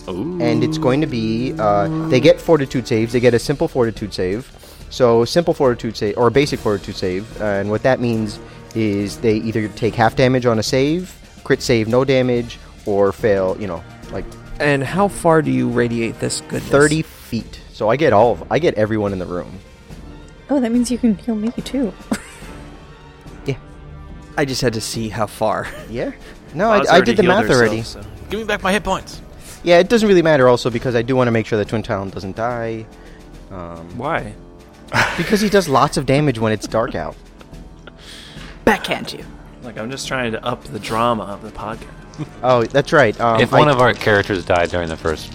Speaker 5: And it's going to be uh, they get fortitude saves. They get a simple fortitude save. So simple fortitude save or a basic fortitude save, uh, and what that means is they either take half damage on a save, crit save, no damage, or fail. You know, like
Speaker 2: And how far do you radiate this goodness?
Speaker 5: thirty feet. So I get all of I get everyone in the room.
Speaker 8: Oh, that means you can heal me [LAUGHS] too.
Speaker 2: I just had to see how far. [LAUGHS]
Speaker 5: Yeah. No,
Speaker 6: Odds
Speaker 5: Oh, I, I
Speaker 6: already
Speaker 5: did the
Speaker 6: healed
Speaker 5: math already.
Speaker 6: herself, so.
Speaker 1: Give me back my hit points.
Speaker 5: Yeah, it doesn't really matter also because I do want to make sure that Twin Talon doesn't die. Um,
Speaker 6: Why?
Speaker 5: because he does lots of damage when it's dark out.
Speaker 7: Backhand you.
Speaker 6: Like I'm just trying to up the drama of the podcast.
Speaker 5: Oh, that's right. Um,
Speaker 11: if one
Speaker 5: I-
Speaker 11: of our characters died during the first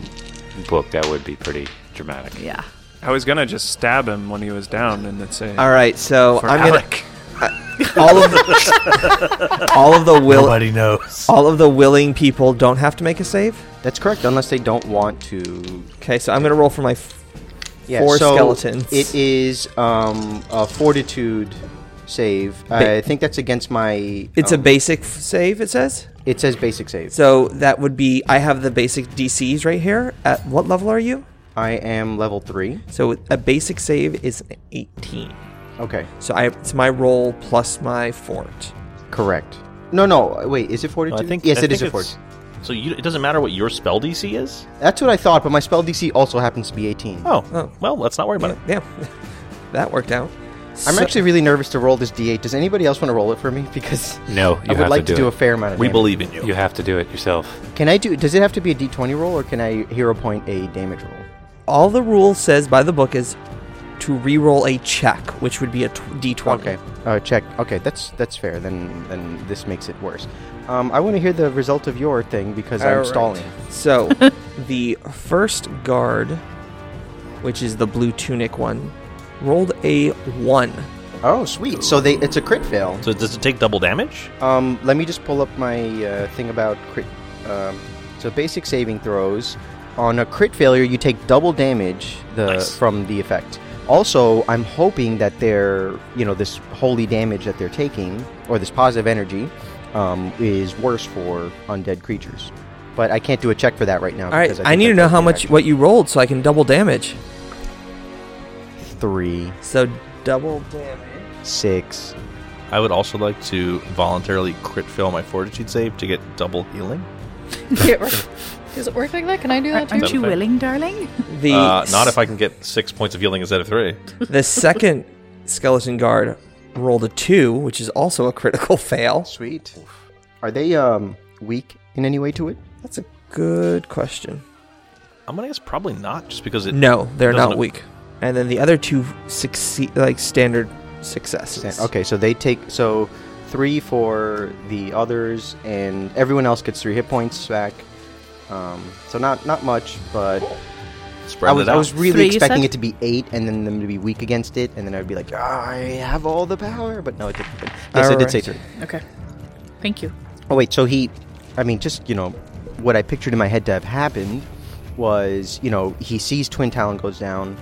Speaker 11: book, that would be pretty dramatic.
Speaker 7: Yeah.
Speaker 6: I was gonna just stab him when he was down and then say,
Speaker 2: All right, so
Speaker 6: for
Speaker 2: I'm
Speaker 6: Alec.
Speaker 2: gonna all of the, [LAUGHS] all of the will
Speaker 12: Nobody knows.
Speaker 2: all of the willing people don't have to make a save.
Speaker 5: that's correct, unless they don't want to.
Speaker 2: Okay, so I'm gonna roll for my f-
Speaker 5: Yeah,
Speaker 2: four
Speaker 5: so
Speaker 2: skeletons.
Speaker 5: It is um, a Fortitude save. I think that's against my.
Speaker 2: it's
Speaker 5: um,
Speaker 2: a basic f- save. It says
Speaker 5: It says basic save.
Speaker 2: so that would be I have the basic DCs right here. At what level are you?
Speaker 5: I am level three.
Speaker 2: So a basic save is an 18.
Speaker 5: Okay,
Speaker 2: So I it's my roll plus my fort.
Speaker 5: correct. No, no. Wait, is it
Speaker 4: No,
Speaker 5: Fortitude?
Speaker 4: I think
Speaker 5: yes,
Speaker 4: I
Speaker 5: it is
Speaker 4: think
Speaker 5: a Fortitude.
Speaker 4: it's- So you, it doesn't matter what your spell DC is.
Speaker 5: That's what I thought, but my spell DC also happens to be 18.
Speaker 4: Oh,
Speaker 2: Oh.
Speaker 4: well, let's not worry about it.
Speaker 2: Yeah, [LAUGHS] that worked out.
Speaker 5: I'm
Speaker 2: So-
Speaker 5: actually really nervous to roll this D8. Does anybody else want to roll it for me? Because
Speaker 11: No, you
Speaker 5: I would
Speaker 11: have
Speaker 5: like to do,
Speaker 11: it.
Speaker 5: a fair amount of
Speaker 4: We
Speaker 5: damage.
Speaker 4: believe in you.
Speaker 11: You have to do it yourself.
Speaker 5: Can I do? Does it have to be a D20 roll, or can I hero point a damage roll?
Speaker 2: all the rule says by the book is to re-roll a check, which would be a t- d20.
Speaker 5: Okay. Uh, check. Okay, that's that's fair. Then then this makes it worse. Um, I want to hear the result of your thing because I'm
Speaker 2: Alright.
Speaker 5: stalling.
Speaker 2: So the first guard, which is the blue tunic one, rolled a one.
Speaker 5: Oh, sweet. So they it's a crit fail.
Speaker 4: So does it take double damage?
Speaker 5: Um, let me just pull up my uh, thing about crit. Um, so basic saving throws. On a crit failure, you take double damage the,
Speaker 4: Nice.
Speaker 5: from the effect. Also, I'm hoping that they're, you know, this holy damage that they're taking, or this positive energy, um, is worse for undead creatures. But I can't do a check for that right now.
Speaker 2: All right,
Speaker 5: because
Speaker 2: I,
Speaker 5: think
Speaker 2: need to
Speaker 5: that's
Speaker 2: know
Speaker 5: what
Speaker 2: how
Speaker 5: they're
Speaker 2: much what you rolled so I can double damage.
Speaker 5: actually- Three,
Speaker 2: So double damage.
Speaker 5: six.
Speaker 4: I would also like to voluntarily crit fail my fortitude save to get double healing.
Speaker 8: It wor- Does it work like that? Can I do that
Speaker 7: Aren't
Speaker 8: too?
Speaker 7: you
Speaker 4: okay?
Speaker 7: willing, darling?
Speaker 2: The
Speaker 4: Uh, not if I can get six points of healing instead of three.
Speaker 2: [LAUGHS] the second skeleton guard rolled a two, which is also a critical [LAUGHS] fail.
Speaker 5: Sweet. Are they um, weak in any way to it?
Speaker 2: That's a good question.
Speaker 4: I'm gonna guess probably not, just because it.
Speaker 2: No, they're not
Speaker 4: doesn't look-
Speaker 2: weak. And then the other two succeed like standard successes.
Speaker 5: Stand- Okay, so they take so three for the others, and everyone else gets three hit points back. Um, so not not much, but
Speaker 4: Spread
Speaker 5: I was
Speaker 4: it out.
Speaker 5: I was really
Speaker 7: Three, you
Speaker 5: expecting
Speaker 7: said?
Speaker 5: it to be eight, and then them to be weak against it, and then I'd be like, "Ah, I have all the power, but no, it didn't. Yes, I did
Speaker 2: Alright.
Speaker 5: say three.
Speaker 7: Okay. Thank you.
Speaker 5: Oh wait, so he, I mean, just you know, what I pictured in my head to have happened was, you know, he sees Twin Talon goes down.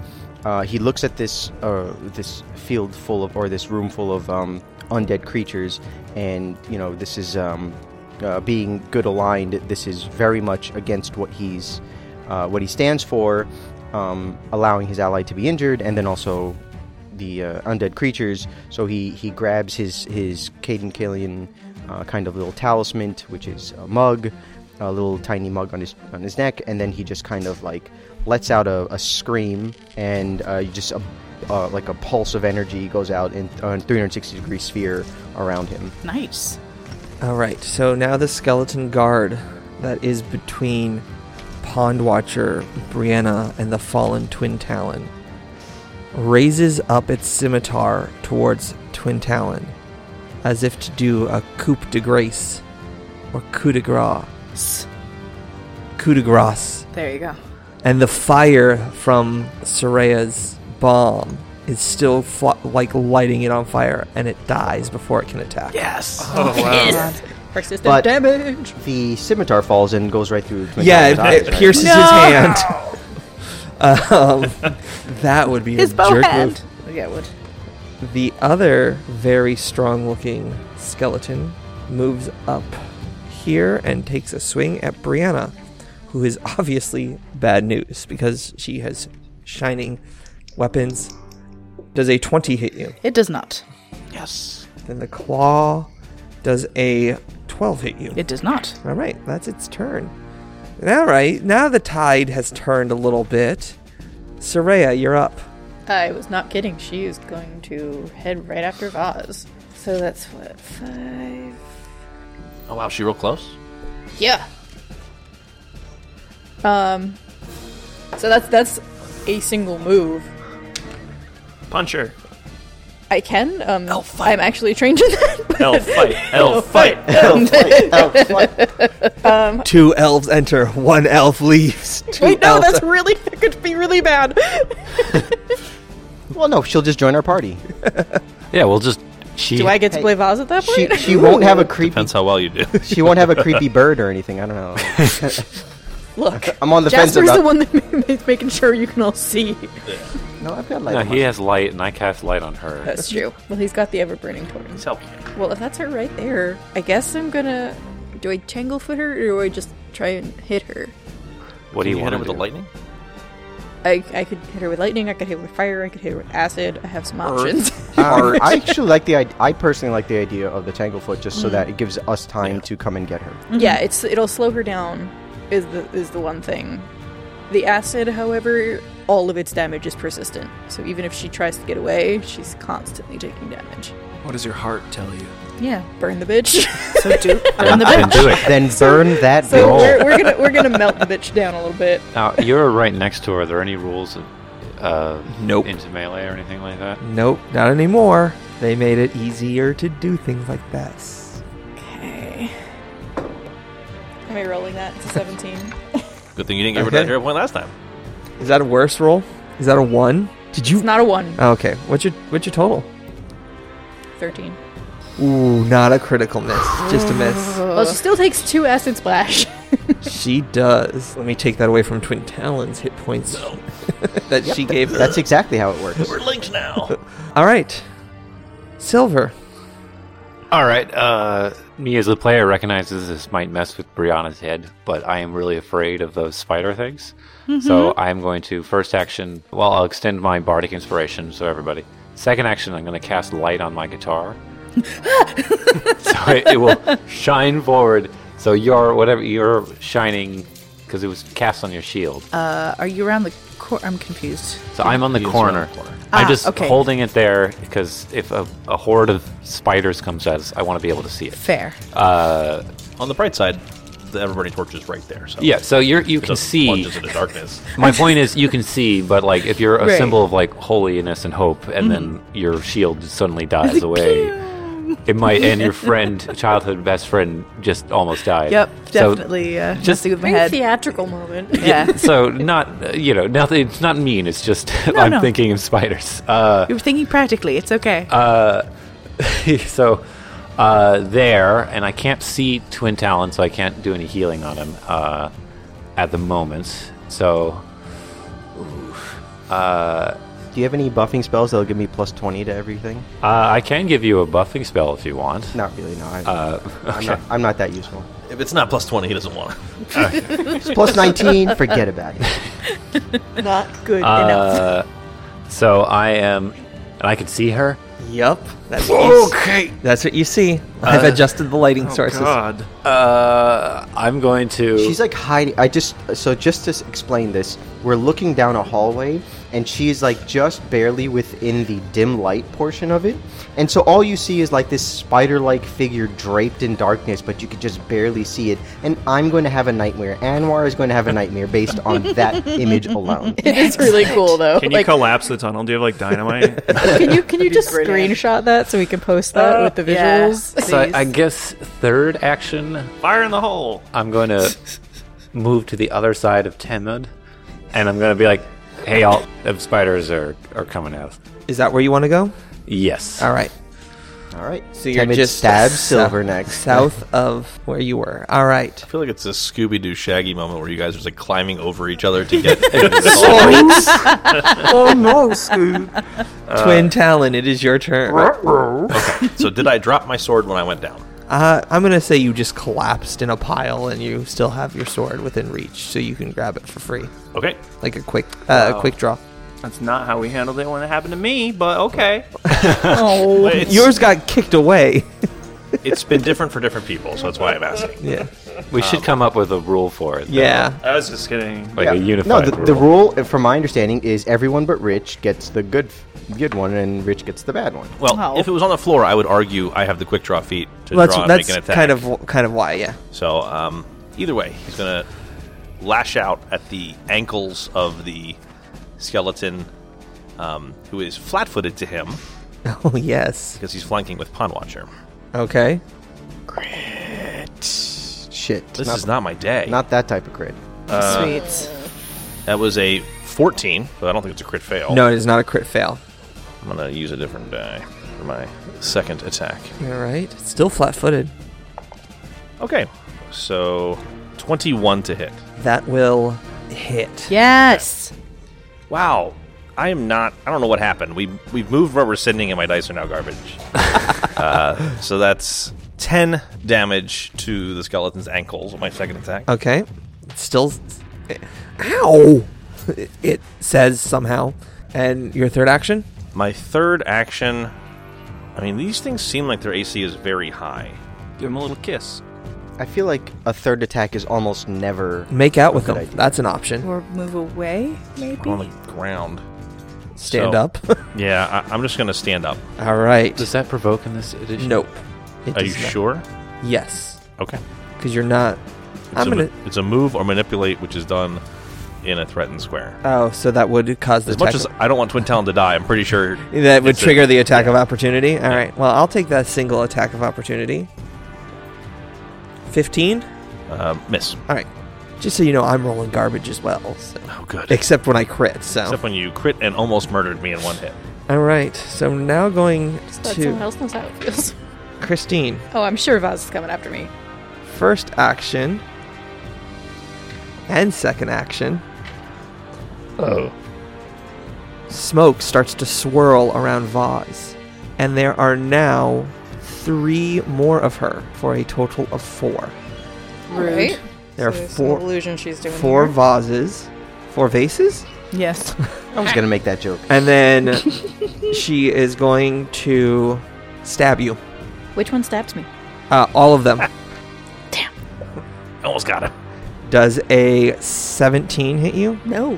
Speaker 5: Uh, he looks at this uh, this field full of or this room full of um, undead creatures, and you know, this is um, uh, being good aligned. This is very much against what he's uh, what he stands for, um, allowing his ally to be injured, and then also the uh, undead creatures. So he, he grabs his his Caden Killian uh, kind of little talisman, which is a mug, a little tiny mug on his on his neck, and then he just kind of like lets out a, a scream and uh, you just a, uh, like a pulse of energy goes out in a 360 degree sphere around him.
Speaker 7: Nice.
Speaker 2: All right. So now the skeleton guard that is between Pond Watcher, Brianna, and the fallen Twin Talon raises up its scimitar towards Twin Talon as if to do a coup de grace or coup de grace. Coup de grace.
Speaker 7: There you go.
Speaker 2: and the fire from Soraya's bomb is still fl- like lighting it on fire, and it dies before it can attack.
Speaker 7: Yes.
Speaker 6: Oh wow!
Speaker 8: Persistent
Speaker 5: But-
Speaker 8: damage.
Speaker 5: The scimitar falls and goes right through. Twin
Speaker 2: Yeah, it,
Speaker 5: Talon's eyes,
Speaker 2: it
Speaker 5: right?
Speaker 2: pierces his hand.
Speaker 7: [LAUGHS]
Speaker 2: um, that would be
Speaker 7: His
Speaker 2: a
Speaker 7: bow
Speaker 2: jerk
Speaker 7: hand. Yeah, it would.
Speaker 2: move. The other very strong-looking skeleton moves up here and takes a swing at Brianna, who is obviously bad news because she has shining weapons. Does a twenty hit you?
Speaker 7: It does not.
Speaker 4: yes.
Speaker 2: Then the claw does a 12 hit you.
Speaker 3: It does not.
Speaker 2: All right, that's its turn. All right, now the tide has turned a little bit. Soraya, you're up.
Speaker 8: I was not kidding. She is going to head right after Vaz. So that's what five.
Speaker 4: Oh wow, she real close.
Speaker 8: Yeah. Um. So that's that's a single move.
Speaker 6: Puncher.
Speaker 8: I can. Um, I'm actually trained in that. but-
Speaker 4: Elf
Speaker 5: [LAUGHS]
Speaker 4: fight. Elf fight.
Speaker 2: Two elves enter, one elf [LAUGHS] leaves. Two
Speaker 8: Wait, no,
Speaker 2: elves
Speaker 8: that's really. That could be really bad.
Speaker 5: Well, no, she'll just join our party.
Speaker 11: Yeah, we'll just. She.
Speaker 8: Do I get to play Vaz at that
Speaker 5: She
Speaker 2: [LAUGHS]
Speaker 8: point?
Speaker 5: she won't have a creepy
Speaker 4: Depends how well you do.
Speaker 5: she won't have a creepy bird or anything. I don't know.
Speaker 8: [LAUGHS] Look,
Speaker 5: I'm on the
Speaker 8: Jasper's
Speaker 5: fence
Speaker 8: the
Speaker 5: about.
Speaker 8: one that [LAUGHS] ma- ma- making sure you can all see.
Speaker 5: No, I've got light.
Speaker 11: [LAUGHS] No,
Speaker 5: on [LAUGHS]
Speaker 11: he
Speaker 5: my-
Speaker 11: has light, and I cast light on her.
Speaker 8: That's true. Well, he's got the ever burning torch.
Speaker 4: Help.
Speaker 8: Well, if that's her right there, I guess I'm gonna. Do I tangle foot her or do I just try and hit her?
Speaker 11: What do you, want
Speaker 4: hit her
Speaker 11: to
Speaker 4: with
Speaker 11: do?
Speaker 4: the lightning?
Speaker 8: I, I could hit her with lightning, I could hit her with fire, I could hit her with acid. I have some options.
Speaker 5: [LAUGHS]
Speaker 8: [LAUGHS]
Speaker 5: Um, I actually like the. id- I personally like the idea of the tanglefoot, just
Speaker 8: Mm.
Speaker 5: so that it gives us time to come and get her.
Speaker 8: yeah, it's it'll slow her down is the is the one thing. The acid, however, all of its damage is persistent. So even if she tries to get away, she's constantly taking damage.
Speaker 6: What does your heart tell you?
Speaker 3: Yeah.
Speaker 8: Burn the
Speaker 6: [LAUGHS]
Speaker 8: bitch.
Speaker 3: So
Speaker 5: [LAUGHS]
Speaker 3: do
Speaker 6: Oh,
Speaker 11: Then-
Speaker 3: on the
Speaker 11: then
Speaker 3: bench.
Speaker 11: do it.
Speaker 5: Then burn that
Speaker 8: so
Speaker 5: doll.
Speaker 8: we're, we're gonna we're gonna melt the bitch down a little bit.
Speaker 11: Now you're right next to her. Are there any rules of, uh,
Speaker 2: Nope.
Speaker 11: into melee or anything like that?
Speaker 2: Nope, not anymore. They made it easier to do things like that.
Speaker 8: Okay. Am I rolling that? It's a seventeen.
Speaker 4: Good thing you didn't get rid of that
Speaker 2: Okay.
Speaker 4: hero point last time.
Speaker 2: Is that a worse roll? Is that a one? Did you?
Speaker 8: [LAUGHS] It's not a one.
Speaker 2: Oh, okay. What's your what's your total?
Speaker 8: Thirteen.
Speaker 2: Ooh, not a critical miss. Just a miss.
Speaker 8: Well, she still takes two acid splash.
Speaker 2: [GASPS] She does. Let me take that away from Twin Talon's hit points [LAUGHS] that she gave. her.
Speaker 5: That's exactly how it
Speaker 8: [LAUGHS]
Speaker 5: works.
Speaker 4: We're linked now.
Speaker 2: All right. Silver.
Speaker 11: All right. Uh, me as the player recognizes this might mess with Brianna's head, but I am really afraid of those spider things. So
Speaker 3: Mm-hmm.
Speaker 11: I'm going to first action. Well, I'll extend my bardic inspiration so everybody. Second action, I'm going to cast light on
Speaker 3: [LAUGHS]
Speaker 11: my guitar, so it, it will shine forward. So your whatever you're shining because it was cast on your shield.
Speaker 3: Uh, are you around the cor- I'm confused.
Speaker 11: So I'm on the corner. I'm
Speaker 3: Ah,
Speaker 11: just
Speaker 3: okay.
Speaker 11: holding it there because if a, a horde of spiders comes at us, I want to be able to see it.
Speaker 3: Fair.
Speaker 4: On the bright side, the everybody torch is right there. So
Speaker 11: Yeah, so you're you
Speaker 4: It
Speaker 11: can
Speaker 4: just
Speaker 11: see.
Speaker 4: plunges into darkness.
Speaker 11: My point is, you can see, but like if you're a
Speaker 3: Right. Mm-hmm.
Speaker 11: symbol of like holiness and hope, and then your shield suddenly dies away, it might,
Speaker 3: [LAUGHS]
Speaker 11: and your friend, childhood best friend, just almost died.
Speaker 3: Yep,
Speaker 11: So-
Speaker 3: definitely. uh,
Speaker 11: just-
Speaker 3: messing with my
Speaker 8: [LAUGHS] Very
Speaker 3: head.
Speaker 8: theatrical moment. [LAUGHS]
Speaker 3: Yeah.
Speaker 7: [LAUGHS]
Speaker 11: So not uh, you know nothing. It's not mean. It's just [LAUGHS] I'm
Speaker 3: no.
Speaker 11: thinking of spiders. [LAUGHS] Uh,
Speaker 3: you were thinking practically. It's okay.
Speaker 7: Uh,
Speaker 11: so uh, there, and I can't see Twin Talon, so I can't do any healing on him uh, at the moment. So
Speaker 5: Do you have any buffing spells that'll give me plus twenty to everything?
Speaker 11: uh, I can give you a buffing spell if you want.
Speaker 5: Not really. No, I,
Speaker 11: Uh, [LAUGHS]
Speaker 5: I'm,
Speaker 11: okay.
Speaker 5: not, I'm not that
Speaker 11: [LAUGHS]
Speaker 5: useful.
Speaker 4: If it's not plus twenty, he doesn't want it.
Speaker 5: It's plus nineteen. Forget about it.
Speaker 8: Not good enough.
Speaker 11: Uh, so I am, and I can see her.
Speaker 2: Yup. That's what you s- That's what you see. Uh, I've adjusted the lighting sources.
Speaker 6: God.
Speaker 11: Uh, I'm going to.
Speaker 5: She's like hiding. I just so just to s- explain this, we're looking down a hallway, and she's like just barely within the dim light portion of it, and so all you see is like this spider-like figure draped in darkness, but you could just barely see it. And I'm going to have a nightmare. Anwar is going to have a nightmare based on that image alone.
Speaker 8: [LAUGHS] it is [LAUGHS] really cool though.
Speaker 6: Can you
Speaker 8: like,
Speaker 6: collapse the tunnel? Do you have like
Speaker 5: [LAUGHS]
Speaker 6: dynamite?
Speaker 8: can you can you just
Speaker 3: great, Anne.
Speaker 8: screenshot that so we can post that with the
Speaker 3: yeah.
Speaker 8: visuals?
Speaker 11: so I, I guess third action,
Speaker 6: Fire in the hole.
Speaker 11: I'm going to move to the other side of Temud, and I'm going to be like, "Hey, all the spiders are are coming out."
Speaker 2: Is that where you want to go?
Speaker 11: Yes.
Speaker 2: All right.
Speaker 5: All right.
Speaker 2: So you're
Speaker 5: Temid
Speaker 2: just
Speaker 5: stab
Speaker 2: sou-
Speaker 5: silver next.
Speaker 2: south of where you were. All right.
Speaker 4: I feel like it's a Scooby Doo Shaggy moment where you guys are just like climbing over each other to [LAUGHS] get.
Speaker 2: oh no, Scoop. Twin Talon, it is your turn.
Speaker 4: so did I drop my sword when I went down?
Speaker 2: Uh, I'm gonna say you just collapsed in a pile, and you still have your sword within reach, so you can grab it for free,
Speaker 4: Okay.
Speaker 2: like a quick, uh, a quick draw.
Speaker 6: That's not how we handled it when it happened to me, but okay.
Speaker 2: oh,
Speaker 6: It's-
Speaker 2: yours got kicked away.
Speaker 4: it's been different for different people, so that's why I'm
Speaker 2: [LAUGHS]
Speaker 4: asking.
Speaker 2: [LAUGHS] Yeah.
Speaker 11: We should come up with a rule for it. though.
Speaker 6: I was just kidding.
Speaker 11: Like
Speaker 5: Yeah.
Speaker 11: a unified
Speaker 5: no, the,
Speaker 11: rule.
Speaker 5: the rule, uh, from my understanding, is everyone but Rich gets the good, good one, and Rich gets the bad one.
Speaker 4: Well,
Speaker 7: Oh.
Speaker 4: if it was on the floor, I would argue I have the quick draw feat to
Speaker 2: Well, that's
Speaker 4: draw and
Speaker 2: that's
Speaker 4: make an attack.
Speaker 2: kind of wh- kind of why, yeah. [LAUGHS]
Speaker 4: So, um, either way, he's going to lash out at the ankles of the skeleton um, who is flat footed to him
Speaker 2: Oh yes.
Speaker 4: because he's flanking with Pond Watcher.
Speaker 2: Okay.
Speaker 5: Shit,
Speaker 4: This
Speaker 5: not,
Speaker 4: is not my day.
Speaker 5: not that type of crit.
Speaker 7: Sweet.
Speaker 4: that was a 14, but I don't think it's a crit fail.
Speaker 2: No, it is not a crit fail.
Speaker 4: I'm going to use a different die for my second attack.
Speaker 2: All right. Still flat-footed.
Speaker 4: Okay, so 21 to hit.
Speaker 2: That will hit.
Speaker 7: Yes.
Speaker 4: Wow. I am not. I don't know what happened. We we've moved where we're sending, and my dice are now [LAUGHS] garbage. uh, so that's ten damage to the skeleton's ankles with my second attack.
Speaker 2: Okay. It's still Ow. It says somehow. And your third action?
Speaker 4: My third action. I mean, these things seem like their AC is very high.
Speaker 6: Give him a little kiss.
Speaker 5: I feel like a third attack is almost never.
Speaker 2: Make out with
Speaker 5: Good
Speaker 2: them.
Speaker 5: idea.
Speaker 2: That's an option.
Speaker 3: Or move away, maybe?
Speaker 4: On the ground.
Speaker 2: Stand
Speaker 4: So-
Speaker 2: up. [LAUGHS]
Speaker 4: Yeah, I, I'm just gonna stand up.
Speaker 2: All right.
Speaker 11: Does that provoke in this edition?
Speaker 2: Nope. It
Speaker 4: Are
Speaker 2: does
Speaker 4: you
Speaker 2: not.
Speaker 4: sure?
Speaker 2: Yes.
Speaker 4: Okay.
Speaker 2: Because you're not.
Speaker 4: It's
Speaker 2: I'm
Speaker 4: a,
Speaker 2: gonna.
Speaker 4: mo- It's a move or manipulate, which is done in a threatened square.
Speaker 2: Oh, so that would cause the
Speaker 4: As much
Speaker 2: attack-
Speaker 4: as I don't want Twin Talon to die, I'm pretty sure
Speaker 2: that would
Speaker 4: it's a-
Speaker 2: trigger the attack of opportunity. All right. Well, I'll take that single attack of opportunity. Fifteen.
Speaker 4: uh, miss.
Speaker 2: All right. Just so you know, I'm rolling garbage as well. so-
Speaker 4: Oh, good.
Speaker 2: Except when I crit. So.
Speaker 4: Except when you crit and almost murdered me in one hit.
Speaker 2: All right. So now going
Speaker 8: Just let someone
Speaker 2: to
Speaker 8: else knows how it feels. [LAUGHS]
Speaker 2: Christine.
Speaker 8: Oh, I'm sure Vaz is coming after me.
Speaker 2: First action. And second action.
Speaker 4: Oh.
Speaker 2: Smoke starts to swirl around Vaz, and there are now three more of her for a total of four.
Speaker 8: Right?
Speaker 2: There are
Speaker 8: So some
Speaker 2: four
Speaker 8: illusion she's doing.
Speaker 2: four
Speaker 8: there.
Speaker 2: vases, four vases,
Speaker 7: Yes.
Speaker 5: I was gonna make that joke.
Speaker 2: and
Speaker 8: [LAUGHS]
Speaker 2: then she is going to stab you.
Speaker 8: Which one stabs me?
Speaker 2: Uh, all of them.
Speaker 4: Almost got it.
Speaker 2: Does a 17 hit you?
Speaker 8: No.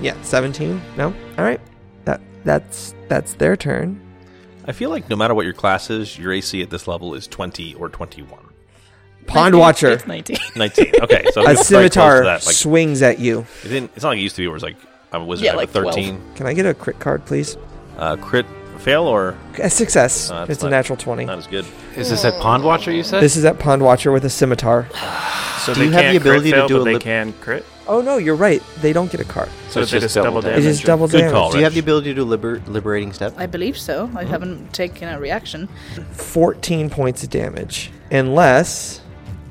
Speaker 2: Yeah, 17. No. All right. That that's that's their turn.
Speaker 4: I feel like no matter what your class is, your AC at this level is 20 or 21.
Speaker 2: Pond Watcher,
Speaker 8: It's 19.
Speaker 4: 19. [LAUGHS] Okay, so
Speaker 2: a
Speaker 4: it's very close to
Speaker 2: scimitar
Speaker 4: that. Like,
Speaker 2: swings at you.
Speaker 4: it didn't, it's not like it used to be where it's like I'm a wizard
Speaker 8: Yeah,
Speaker 4: I have
Speaker 8: like
Speaker 4: a 13.
Speaker 2: Can I get a crit card, please?
Speaker 4: Uh, crit fail or
Speaker 2: A success.
Speaker 4: Uh, it's
Speaker 2: it's a
Speaker 4: not-
Speaker 2: natural 20.
Speaker 4: not as good.
Speaker 11: Is this at Pond Watcher? You said
Speaker 2: This is at Pond Watcher with a scimitar.
Speaker 6: So
Speaker 5: Do
Speaker 6: they
Speaker 5: you have
Speaker 6: can't
Speaker 5: the ability
Speaker 6: crit
Speaker 5: to
Speaker 6: fail,
Speaker 5: do
Speaker 6: but
Speaker 5: a
Speaker 6: they
Speaker 5: lip-
Speaker 6: can crit.
Speaker 2: Oh no, you're right. They don't get a card.
Speaker 6: So,
Speaker 11: it's
Speaker 6: they just
Speaker 11: just double
Speaker 6: double
Speaker 11: damage.
Speaker 6: damage.
Speaker 2: it is double
Speaker 4: Good
Speaker 2: damage.
Speaker 4: call.
Speaker 5: Do you have the ability to do liber- liberating step?
Speaker 7: I believe so. I haven't taken a reaction.
Speaker 2: 14 points of damage. Unless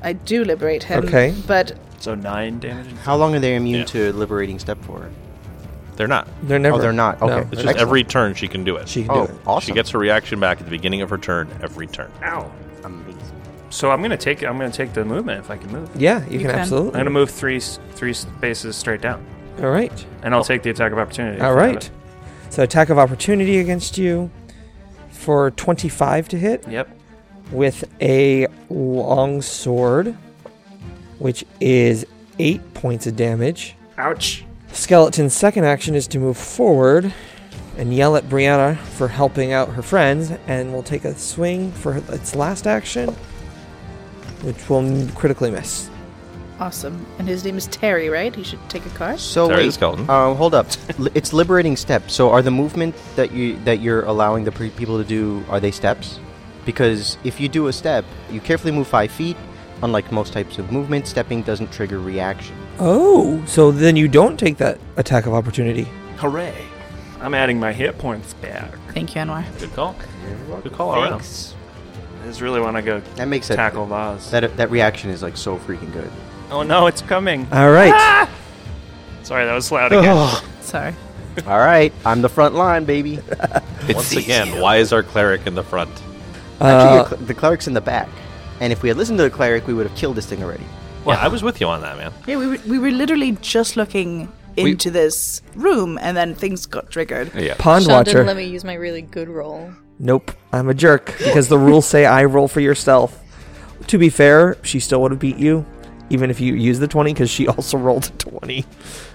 Speaker 7: I do liberate him.
Speaker 2: Okay.
Speaker 7: But
Speaker 6: So nine damage.
Speaker 5: How long are they immune
Speaker 4: Yeah.
Speaker 5: to liberating step for?
Speaker 4: They're not.
Speaker 2: they're never.
Speaker 5: Oh, they're not.
Speaker 2: No.
Speaker 5: Okay,
Speaker 4: It's just every turn she can do it.
Speaker 2: She can
Speaker 5: Oh,
Speaker 2: do it.
Speaker 5: awesome!
Speaker 4: She gets her reaction back at the beginning of her turn every turn.
Speaker 6: Ow.
Speaker 5: Amazing.
Speaker 6: So I'm gonna take I'm gonna take the movement if I can move.
Speaker 2: Yeah, you, can,
Speaker 7: can.
Speaker 6: I'm
Speaker 2: absolutely.
Speaker 6: gonna move three s- three spaces straight down,
Speaker 2: All right.
Speaker 6: and
Speaker 5: Oh.
Speaker 6: I'll take the attack of opportunity. if I
Speaker 2: All
Speaker 6: have
Speaker 2: right.
Speaker 6: it.
Speaker 2: So attack of opportunity against you for 25 to hit
Speaker 6: Yep.
Speaker 2: with a long sword, which is 8 points of damage.
Speaker 6: Ouch.
Speaker 2: Skeleton's second action is to move forward and yell at Brianna for helping out her friends, and will take a swing for its last action, which will n- critically miss.
Speaker 7: awesome. And his name is Terry, right? He should take a card.
Speaker 5: So
Speaker 4: Sorry, the
Speaker 5: wait,
Speaker 4: skeleton.
Speaker 5: um, hold up. Li- it's liberating step. So are the movement that you that you're allowing the pre- people to do are they steps? Because if you do a step, you carefully move five feet. Unlike most types of movement, stepping doesn't trigger reaction.
Speaker 2: Oh, so then you don't take that attack of opportunity.
Speaker 6: Hooray! I'm adding my hit points back.
Speaker 7: Thank you, Anwar.
Speaker 4: Good call. Good call all around.
Speaker 6: I just really want to go
Speaker 5: That makes sense.
Speaker 6: tackle Vaz.
Speaker 5: That that reaction is like so freaking good.
Speaker 6: oh no, it's
Speaker 5: [LAUGHS]
Speaker 6: coming.
Speaker 2: All right.
Speaker 6: Sorry, that was loud again.
Speaker 5: Oh.
Speaker 7: Sorry.
Speaker 5: All right, I'm the front line, baby.
Speaker 4: Once again, why is our cleric in the front?
Speaker 5: Actually,
Speaker 2: Uh,
Speaker 5: the cl- the cleric's in the back. And if we had listened to the cleric, we would have killed this thing already.
Speaker 4: Well, I was with you on that, man.
Speaker 7: Yeah, we were, we were literally just looking
Speaker 11: We-
Speaker 7: into this room, and then things got triggered.
Speaker 11: Yeah.
Speaker 2: Pond
Speaker 8: Sean
Speaker 2: Watcher.
Speaker 8: didn't let me use my really good roll.
Speaker 2: Nope, I'm a jerk because the rules say I roll for yourself. To be fair, she still would have beat you, even if you used the 20, because she [LAUGHS] also rolled a 20,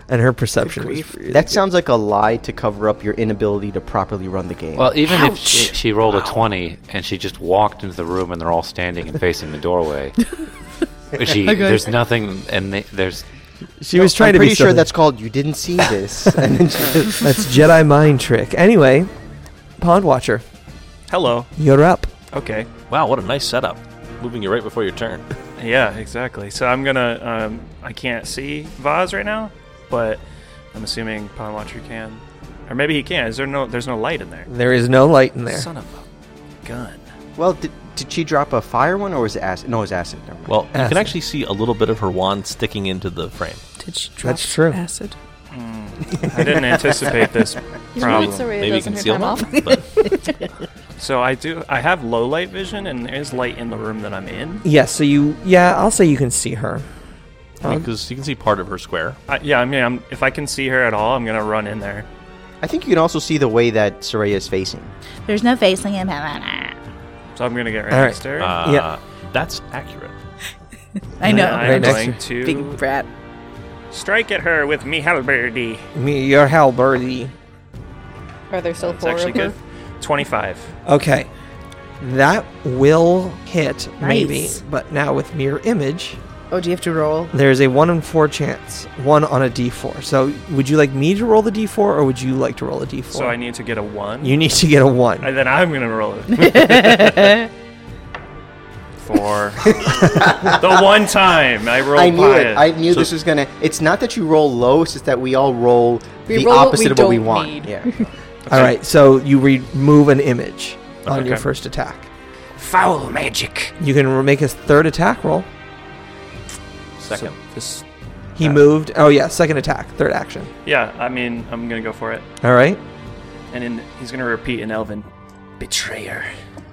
Speaker 2: and her perception was really
Speaker 5: That
Speaker 2: good.
Speaker 5: sounds like a lie to cover up your inability to properly run the game.
Speaker 11: Well, even if she,
Speaker 2: Ouch.
Speaker 11: she rolled a 20 and she just walked into the room and they're all standing and facing the doorway, she,
Speaker 8: Okay.
Speaker 11: there's nothing, and they, there's.
Speaker 2: She was trying
Speaker 5: I'm
Speaker 2: to be
Speaker 5: pretty sure
Speaker 2: something. [LAUGHS]
Speaker 5: that's called "You didn't [LAUGHS] see this." and then she-
Speaker 2: That's Jedi mind trick. Anyway, Pond Watcher,
Speaker 6: Hello.
Speaker 2: you're up.
Speaker 6: Okay.
Speaker 4: Wow, what a nice setup. Moving you right before your turn.
Speaker 6: Yeah, exactly. So I'm gonna. Um, I can't see Vaz right now, but I'm assuming Pond Watcher can, or maybe he can. Is there no? There's no light in there.
Speaker 2: There is no light in there.
Speaker 6: Son of a gun.
Speaker 5: well, did, did she drop a fire one or was it acid? No, it was acid. Never mind.
Speaker 4: Well, you
Speaker 2: Acid.
Speaker 4: can actually see a little bit of her wand sticking into the frame.
Speaker 7: Did she drop
Speaker 2: That's true.
Speaker 7: acid?
Speaker 6: I didn't anticipate this problem.
Speaker 8: Sorry,
Speaker 4: Maybe
Speaker 8: doesn't
Speaker 4: conceal
Speaker 8: hurt my
Speaker 4: them, but
Speaker 2: [LAUGHS]
Speaker 6: So I do. I have low light vision, and there is light in the room that I'm in.
Speaker 2: Yes, so you, yeah, I'll say you can see her. Um,
Speaker 4: because you can see part of her square.
Speaker 6: I, yeah, I mean, I'm, if I can see her at all, I'm gonna run in there.
Speaker 5: I think you can also see the way that Soraya is facing.
Speaker 7: There's no facing him.
Speaker 6: So I'm gonna get right
Speaker 2: All right.
Speaker 6: next to her.
Speaker 4: Uh,
Speaker 2: Yeah.
Speaker 4: That's accurate.
Speaker 7: I know.
Speaker 6: And
Speaker 2: Right
Speaker 6: I'm
Speaker 2: next
Speaker 6: going to
Speaker 7: Big brat.
Speaker 6: strike at her with me halberdy.
Speaker 2: Me, you're Halberdy.
Speaker 8: [LAUGHS] Are there still
Speaker 6: It's
Speaker 8: four
Speaker 6: actually
Speaker 8: of her?
Speaker 6: good. Twenty-five.
Speaker 2: Okay, that will hit, maybe,
Speaker 7: Nice.
Speaker 2: but now with mirror image,
Speaker 7: Oh, do you have to roll?
Speaker 2: There's a one in four chance, one on a d4. So, would you like me to roll the d4, or would you like to roll a d4?
Speaker 6: So I need to get a one,
Speaker 2: you need to get a one.
Speaker 6: and then I'm gonna roll it. Four. the one time I rolled.
Speaker 5: I knew it.
Speaker 6: high.
Speaker 5: I knew
Speaker 4: So-
Speaker 5: this was gonna. It's not that you roll low; it's just that we all roll
Speaker 8: We
Speaker 5: the
Speaker 8: roll what
Speaker 5: opposite
Speaker 8: we
Speaker 5: of what we
Speaker 8: don't
Speaker 5: want.
Speaker 8: need.
Speaker 5: Yeah.
Speaker 2: All right. So you remove an image on your
Speaker 6: Okay.
Speaker 2: first attack.
Speaker 6: foul magic.
Speaker 2: You can re- make his third attack roll.
Speaker 4: Second.
Speaker 2: Just he moved. Oh yeah, second attack, third action.
Speaker 6: Yeah, I mean, I'm gonna go for it,
Speaker 2: All right.
Speaker 6: and then he's gonna repeat in Elven. Betrayer.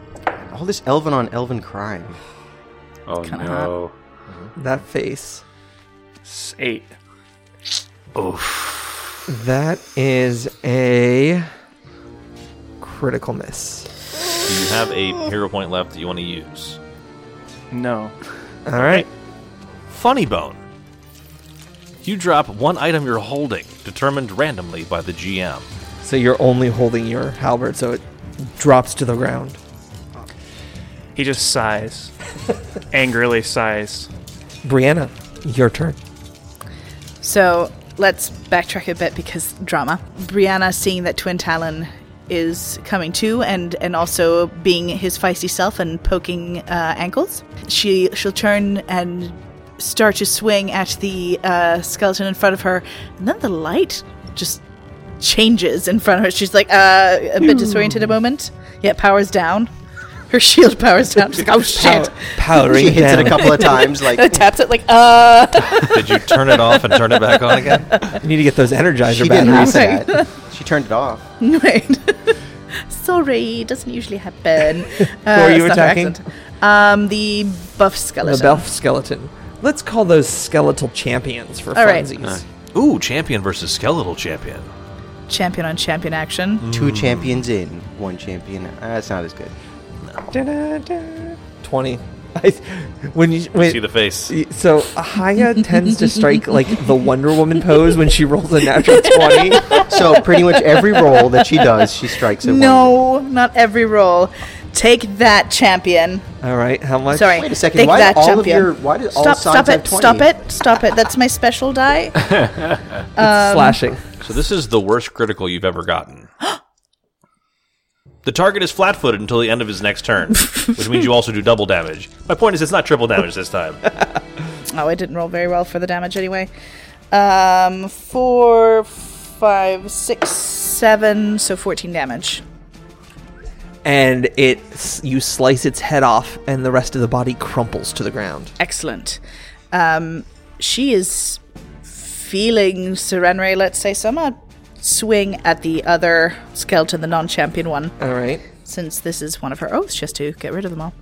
Speaker 5: [LAUGHS] all this elven on elven crime.
Speaker 11: Oh,
Speaker 7: Kinda
Speaker 11: no.
Speaker 2: That face.
Speaker 6: It's eight.
Speaker 2: That is a critical miss.
Speaker 4: Do you have
Speaker 2: Oh.
Speaker 4: a hero point left that you want to use?
Speaker 6: No.
Speaker 2: All right.
Speaker 4: Funny Bone. You drop one item you're holding, determined randomly by the GM.
Speaker 2: So you're only holding your halberd, so it drops to the ground.
Speaker 6: He just
Speaker 5: [LAUGHS]
Speaker 6: sighs, angrily sighs.
Speaker 2: Brianna, your
Speaker 5: [LAUGHS]
Speaker 2: turn.
Speaker 7: So let's backtrack a bit because drama. Brianna, seeing that Twin Talon is coming to, and and also being his feisty self and poking uh, ankles, she she'll turn and start to swing at the uh, skeleton in front of her, and then the light just changes in front of her. She's like uh, a bit disoriented a moment. Yeah, powers down. Her shield powers down. She's like, oh shit!
Speaker 2: Powering
Speaker 5: She hits
Speaker 2: down.
Speaker 5: it a couple of times. Like
Speaker 7: And taps it like uh.
Speaker 4: Did you turn it off and turn it back on again?
Speaker 2: [LAUGHS] You need to get those Energizer
Speaker 5: she didn't
Speaker 2: batteries.
Speaker 5: have that. [LAUGHS] She turned it off.
Speaker 7: Right. [LAUGHS] Sorry, doesn't
Speaker 2: [LAUGHS]
Speaker 7: usually happen. Uh,
Speaker 2: are you
Speaker 7: it's not her
Speaker 2: attacking?
Speaker 7: accent. Um, the buff skeleton.
Speaker 2: The Belf skeleton. Let's call those skeletal champions for
Speaker 7: All right.
Speaker 2: funsies.
Speaker 4: Ooh, champion versus skeletal champion.
Speaker 7: Champion on champion action.
Speaker 2: Mm.
Speaker 5: Two champions in, one champion. out. That's not as good.
Speaker 2: Twenty. I, when you when,
Speaker 4: See the face.
Speaker 2: so Ahaya tends to strike like the Wonder Woman pose when she rolls a natural twenty.
Speaker 5: So pretty much every roll that she does, she strikes at one.
Speaker 7: No, not every roll. Take that, champion.
Speaker 2: [LAUGHS] All right, how much?
Speaker 7: Sorry.
Speaker 5: Wait a second.
Speaker 7: Take
Speaker 5: why
Speaker 7: that,
Speaker 5: do all
Speaker 7: champion.
Speaker 5: of your? Why did all
Speaker 7: stop,
Speaker 5: signs
Speaker 7: stop
Speaker 5: have
Speaker 7: it,
Speaker 5: 20?
Speaker 7: stop it, stop it. That's my
Speaker 2: [LAUGHS]
Speaker 7: special die. um,
Speaker 2: It's slashing.
Speaker 4: So this is the worst critical you've ever gotten. The target is flat-footed until the end of his
Speaker 2: [LAUGHS]
Speaker 4: next turn, which means you also do double damage. My point is, it's not triple damage this [LAUGHS] time.
Speaker 7: Oh, I didn't roll very well for the damage anyway. Um, four, five, six, seven, so 14 damage.
Speaker 2: And it s- you slice its head off, and the rest of the body crumples to the ground.
Speaker 7: excellent. Um, she is feeling Serenray, let's say, so I'm gonna swing at the other skeleton, the non champion one,
Speaker 2: All right.
Speaker 7: since this is one of her oaths. She has to get rid of them all.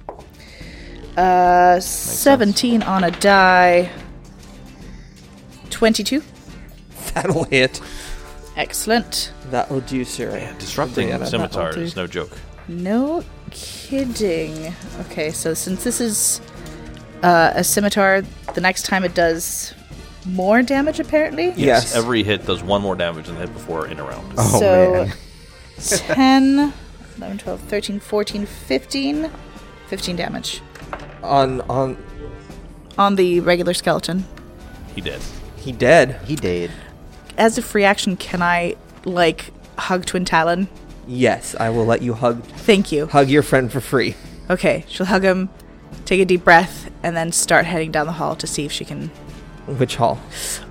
Speaker 7: Uh, 17 on a die. 22.
Speaker 2: That'll hit.
Speaker 7: Excellent.
Speaker 2: That'll do, sir.
Speaker 4: Disrupting
Speaker 2: Brianna.
Speaker 4: scimitar
Speaker 7: do.
Speaker 4: is no joke.
Speaker 7: No kidding. Okay, so since this is uh, a scimitar, the next time it does more damage, apparently.
Speaker 2: Yes. Oh.
Speaker 4: Every hit does one more damage than the hit before in a round.
Speaker 7: so [LAUGHS] 10, 11, 12, 13, 14, 15. 15 damage
Speaker 2: On on
Speaker 7: on the regular skeleton.
Speaker 4: He did.
Speaker 2: he dead.
Speaker 5: He did.
Speaker 7: As a free action, can I, like, hug Twin Talon?
Speaker 2: Yes, I will let you hug
Speaker 7: Thank you.
Speaker 2: hug your friend for free.
Speaker 7: Okay, she'll hug him, take a deep breath, and then start heading down the hall to see if she can.
Speaker 2: Which hall?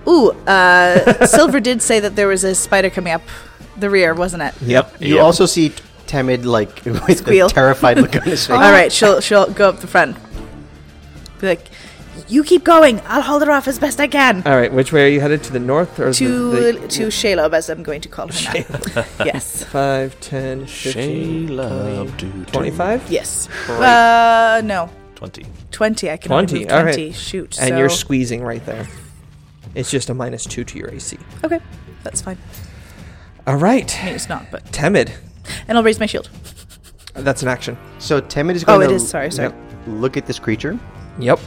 Speaker 7: Ooh, uh, Silver did say that there was a spider coming up the rear, wasn't it?
Speaker 2: Yep.
Speaker 5: You also see Temid like [LAUGHS] with
Speaker 7: Squeal.
Speaker 5: the terrified
Speaker 7: [LAUGHS]
Speaker 5: look on his face.
Speaker 7: All right, she'll she'll go up the front. Be like, you keep going. I'll hold her off as best I can.
Speaker 2: All right. Which way are you headed? To the north or
Speaker 7: to
Speaker 2: the, the
Speaker 7: to Shalob, as I'm going to call her now. [LAUGHS] yes,
Speaker 2: five, ten, fifteen,
Speaker 4: Shayla,
Speaker 2: twenty,
Speaker 4: do, do.
Speaker 2: twenty-five?
Speaker 7: yes. Uh, no,
Speaker 4: 20.
Speaker 7: twenty. I can only
Speaker 2: 20,
Speaker 7: move
Speaker 2: all right.
Speaker 7: twenty. Shoot.
Speaker 2: And you're
Speaker 7: so-
Speaker 2: squeezing right there. It's just a minus two to your AC.
Speaker 7: okay. That's fine.
Speaker 2: All right.
Speaker 7: I mean, it's not, but
Speaker 2: Temid.
Speaker 7: and I'll raise my shield.
Speaker 2: That's an action.
Speaker 5: So Temid is
Speaker 7: Oh,
Speaker 5: going
Speaker 7: it
Speaker 5: to
Speaker 7: is. Sorry, sorry.
Speaker 5: look at this creature,
Speaker 2: Yep.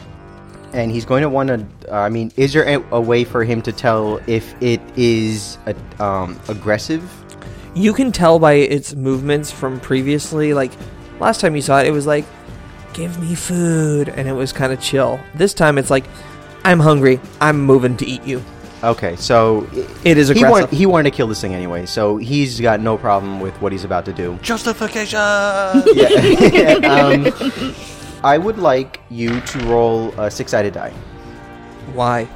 Speaker 5: and he's going to want to. Uh, I mean, is there a, a way for him to tell if it is a, um, aggressive?
Speaker 2: You can tell by its movements from previously. Like last time you saw it, it was like, "Give me food," and it was kind of chill. This time, it's like, "I'm hungry. I'm moving to eat you."
Speaker 5: Okay, so i-
Speaker 2: It is
Speaker 5: he
Speaker 2: aggressive.
Speaker 5: wanted, he wanted to kill this thing anyway, so he's got no problem with what he's about to do. [LAUGHS]
Speaker 4: Justification!
Speaker 5: um, I would like you to roll a six-sided die.
Speaker 2: Why?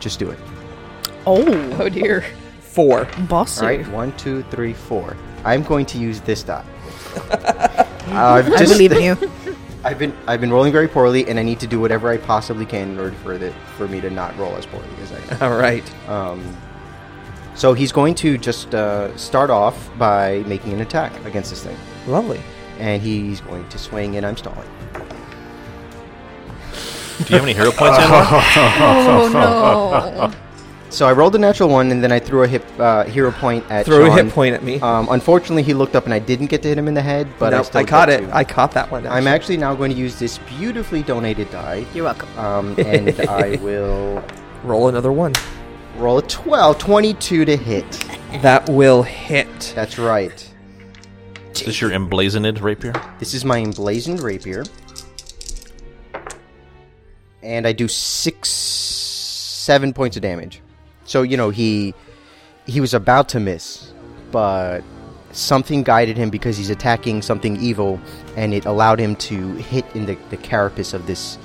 Speaker 5: Just do it.
Speaker 8: Oh dear.
Speaker 2: Four.
Speaker 7: Boss,
Speaker 5: All right, one, two, three, four. I'm going to use this die. Uh, I've
Speaker 7: I
Speaker 5: just-
Speaker 7: believe
Speaker 2: [LAUGHS]
Speaker 7: in you.
Speaker 5: I've been I've been rolling very poorly, and I need to do whatever I possibly can in order for that for me to not roll as poorly as I can.
Speaker 2: All right. [LAUGHS]
Speaker 5: Um, so he's going to just uh, start off by making an attack against this thing,
Speaker 2: Lovely.
Speaker 5: and he's going to swing, and I'm stalling.
Speaker 4: Do you have any
Speaker 5: [LAUGHS]
Speaker 4: hero points, Anwar?
Speaker 8: Oh no.
Speaker 5: So I rolled a natural one, and then I threw a hip, uh, hero point at
Speaker 2: Throw a
Speaker 5: Sean.
Speaker 2: hit point at Uh, me.
Speaker 5: Um, unfortunately, he looked up, and I didn't get to hit him in the head, but I
Speaker 2: Nope,
Speaker 5: still
Speaker 2: caught
Speaker 5: get
Speaker 2: it.
Speaker 5: to.
Speaker 2: I caught that one.
Speaker 5: I'm actually now going to use this beautifully donated die,
Speaker 7: You're welcome.
Speaker 5: um, and I will
Speaker 2: roll another one.
Speaker 5: roll a 12, 22 to hit.
Speaker 2: That will hit.
Speaker 5: That's right.
Speaker 4: Is this your emblazoned rapier?
Speaker 5: This is my emblazoned rapier. And I do six, seven points of damage. So you know he he was about to miss, but something guided him because he's attacking something evil, and it allowed him to hit in the, the carapace of this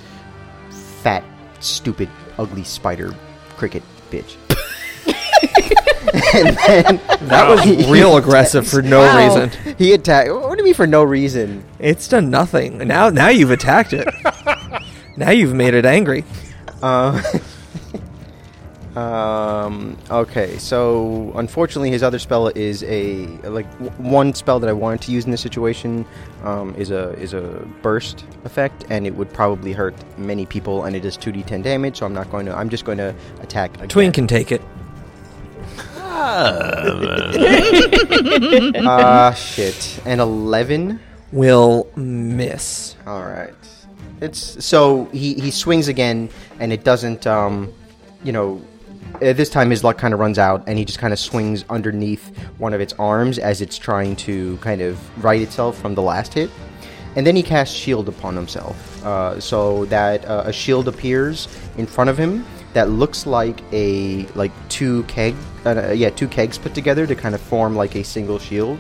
Speaker 5: fat, stupid, ugly spider cricket bitch. [LAUGHS] and then
Speaker 2: That [LAUGHS] was
Speaker 5: [LAUGHS]
Speaker 2: real aggressive for no reason.
Speaker 5: He attacked. What do you mean for no reason?
Speaker 2: It's done nothing. Now, now you've attacked [LAUGHS] it. now you've made it angry.
Speaker 5: Uh, [LAUGHS] um. Okay. So unfortunately, his other spell is a like w- one spell that I wanted to use in this situation um, is a is a burst effect, and it would probably hurt many people, and it does two d10 damage. So I'm not going to. I'm just going to attack. Again.
Speaker 2: Tween can take it.
Speaker 5: Ah, shit. And eleven.
Speaker 2: Will miss.
Speaker 5: All right. It's so he he swings again, and it doesn't. Um, you know, uh, this time his luck kind of runs out, and he just kind of swings underneath one of its arms as it's trying to kind of right itself from the last hit, and then he casts shield upon himself, uh, so that uh, a shield appears in front of him that looks like a like two keg, uh, yeah, two kegs put together to kind of form like a single shield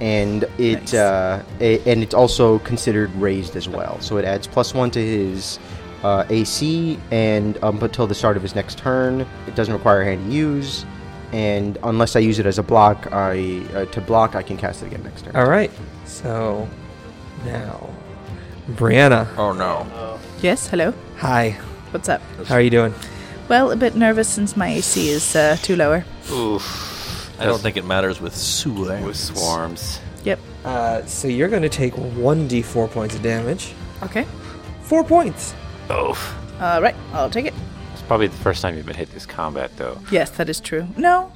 Speaker 5: and it uh, a- and it's also considered raised as well. So it adds plus one to his uh, AC, and um, until the start of his next turn, it doesn't require a hand to use. And unless I use it as a block, I uh, to block, I can cast it again next turn.
Speaker 2: All right. So now, Brianna.
Speaker 4: Oh no.
Speaker 7: Yes, hello.
Speaker 2: Hi.
Speaker 7: What's up?
Speaker 2: How are you doing?
Speaker 7: Well, a bit nervous since my AC is uh, too lower.
Speaker 4: I don't think it matters with Sue.
Speaker 11: with swarms.
Speaker 7: Yep.
Speaker 2: Uh, so you're going to take one d4 points of damage.
Speaker 7: Okay.
Speaker 2: Four points.
Speaker 7: All right, Uh, I'll take it.
Speaker 11: probably the first time you've been hit this combat, though.
Speaker 7: Yes, that is true. No.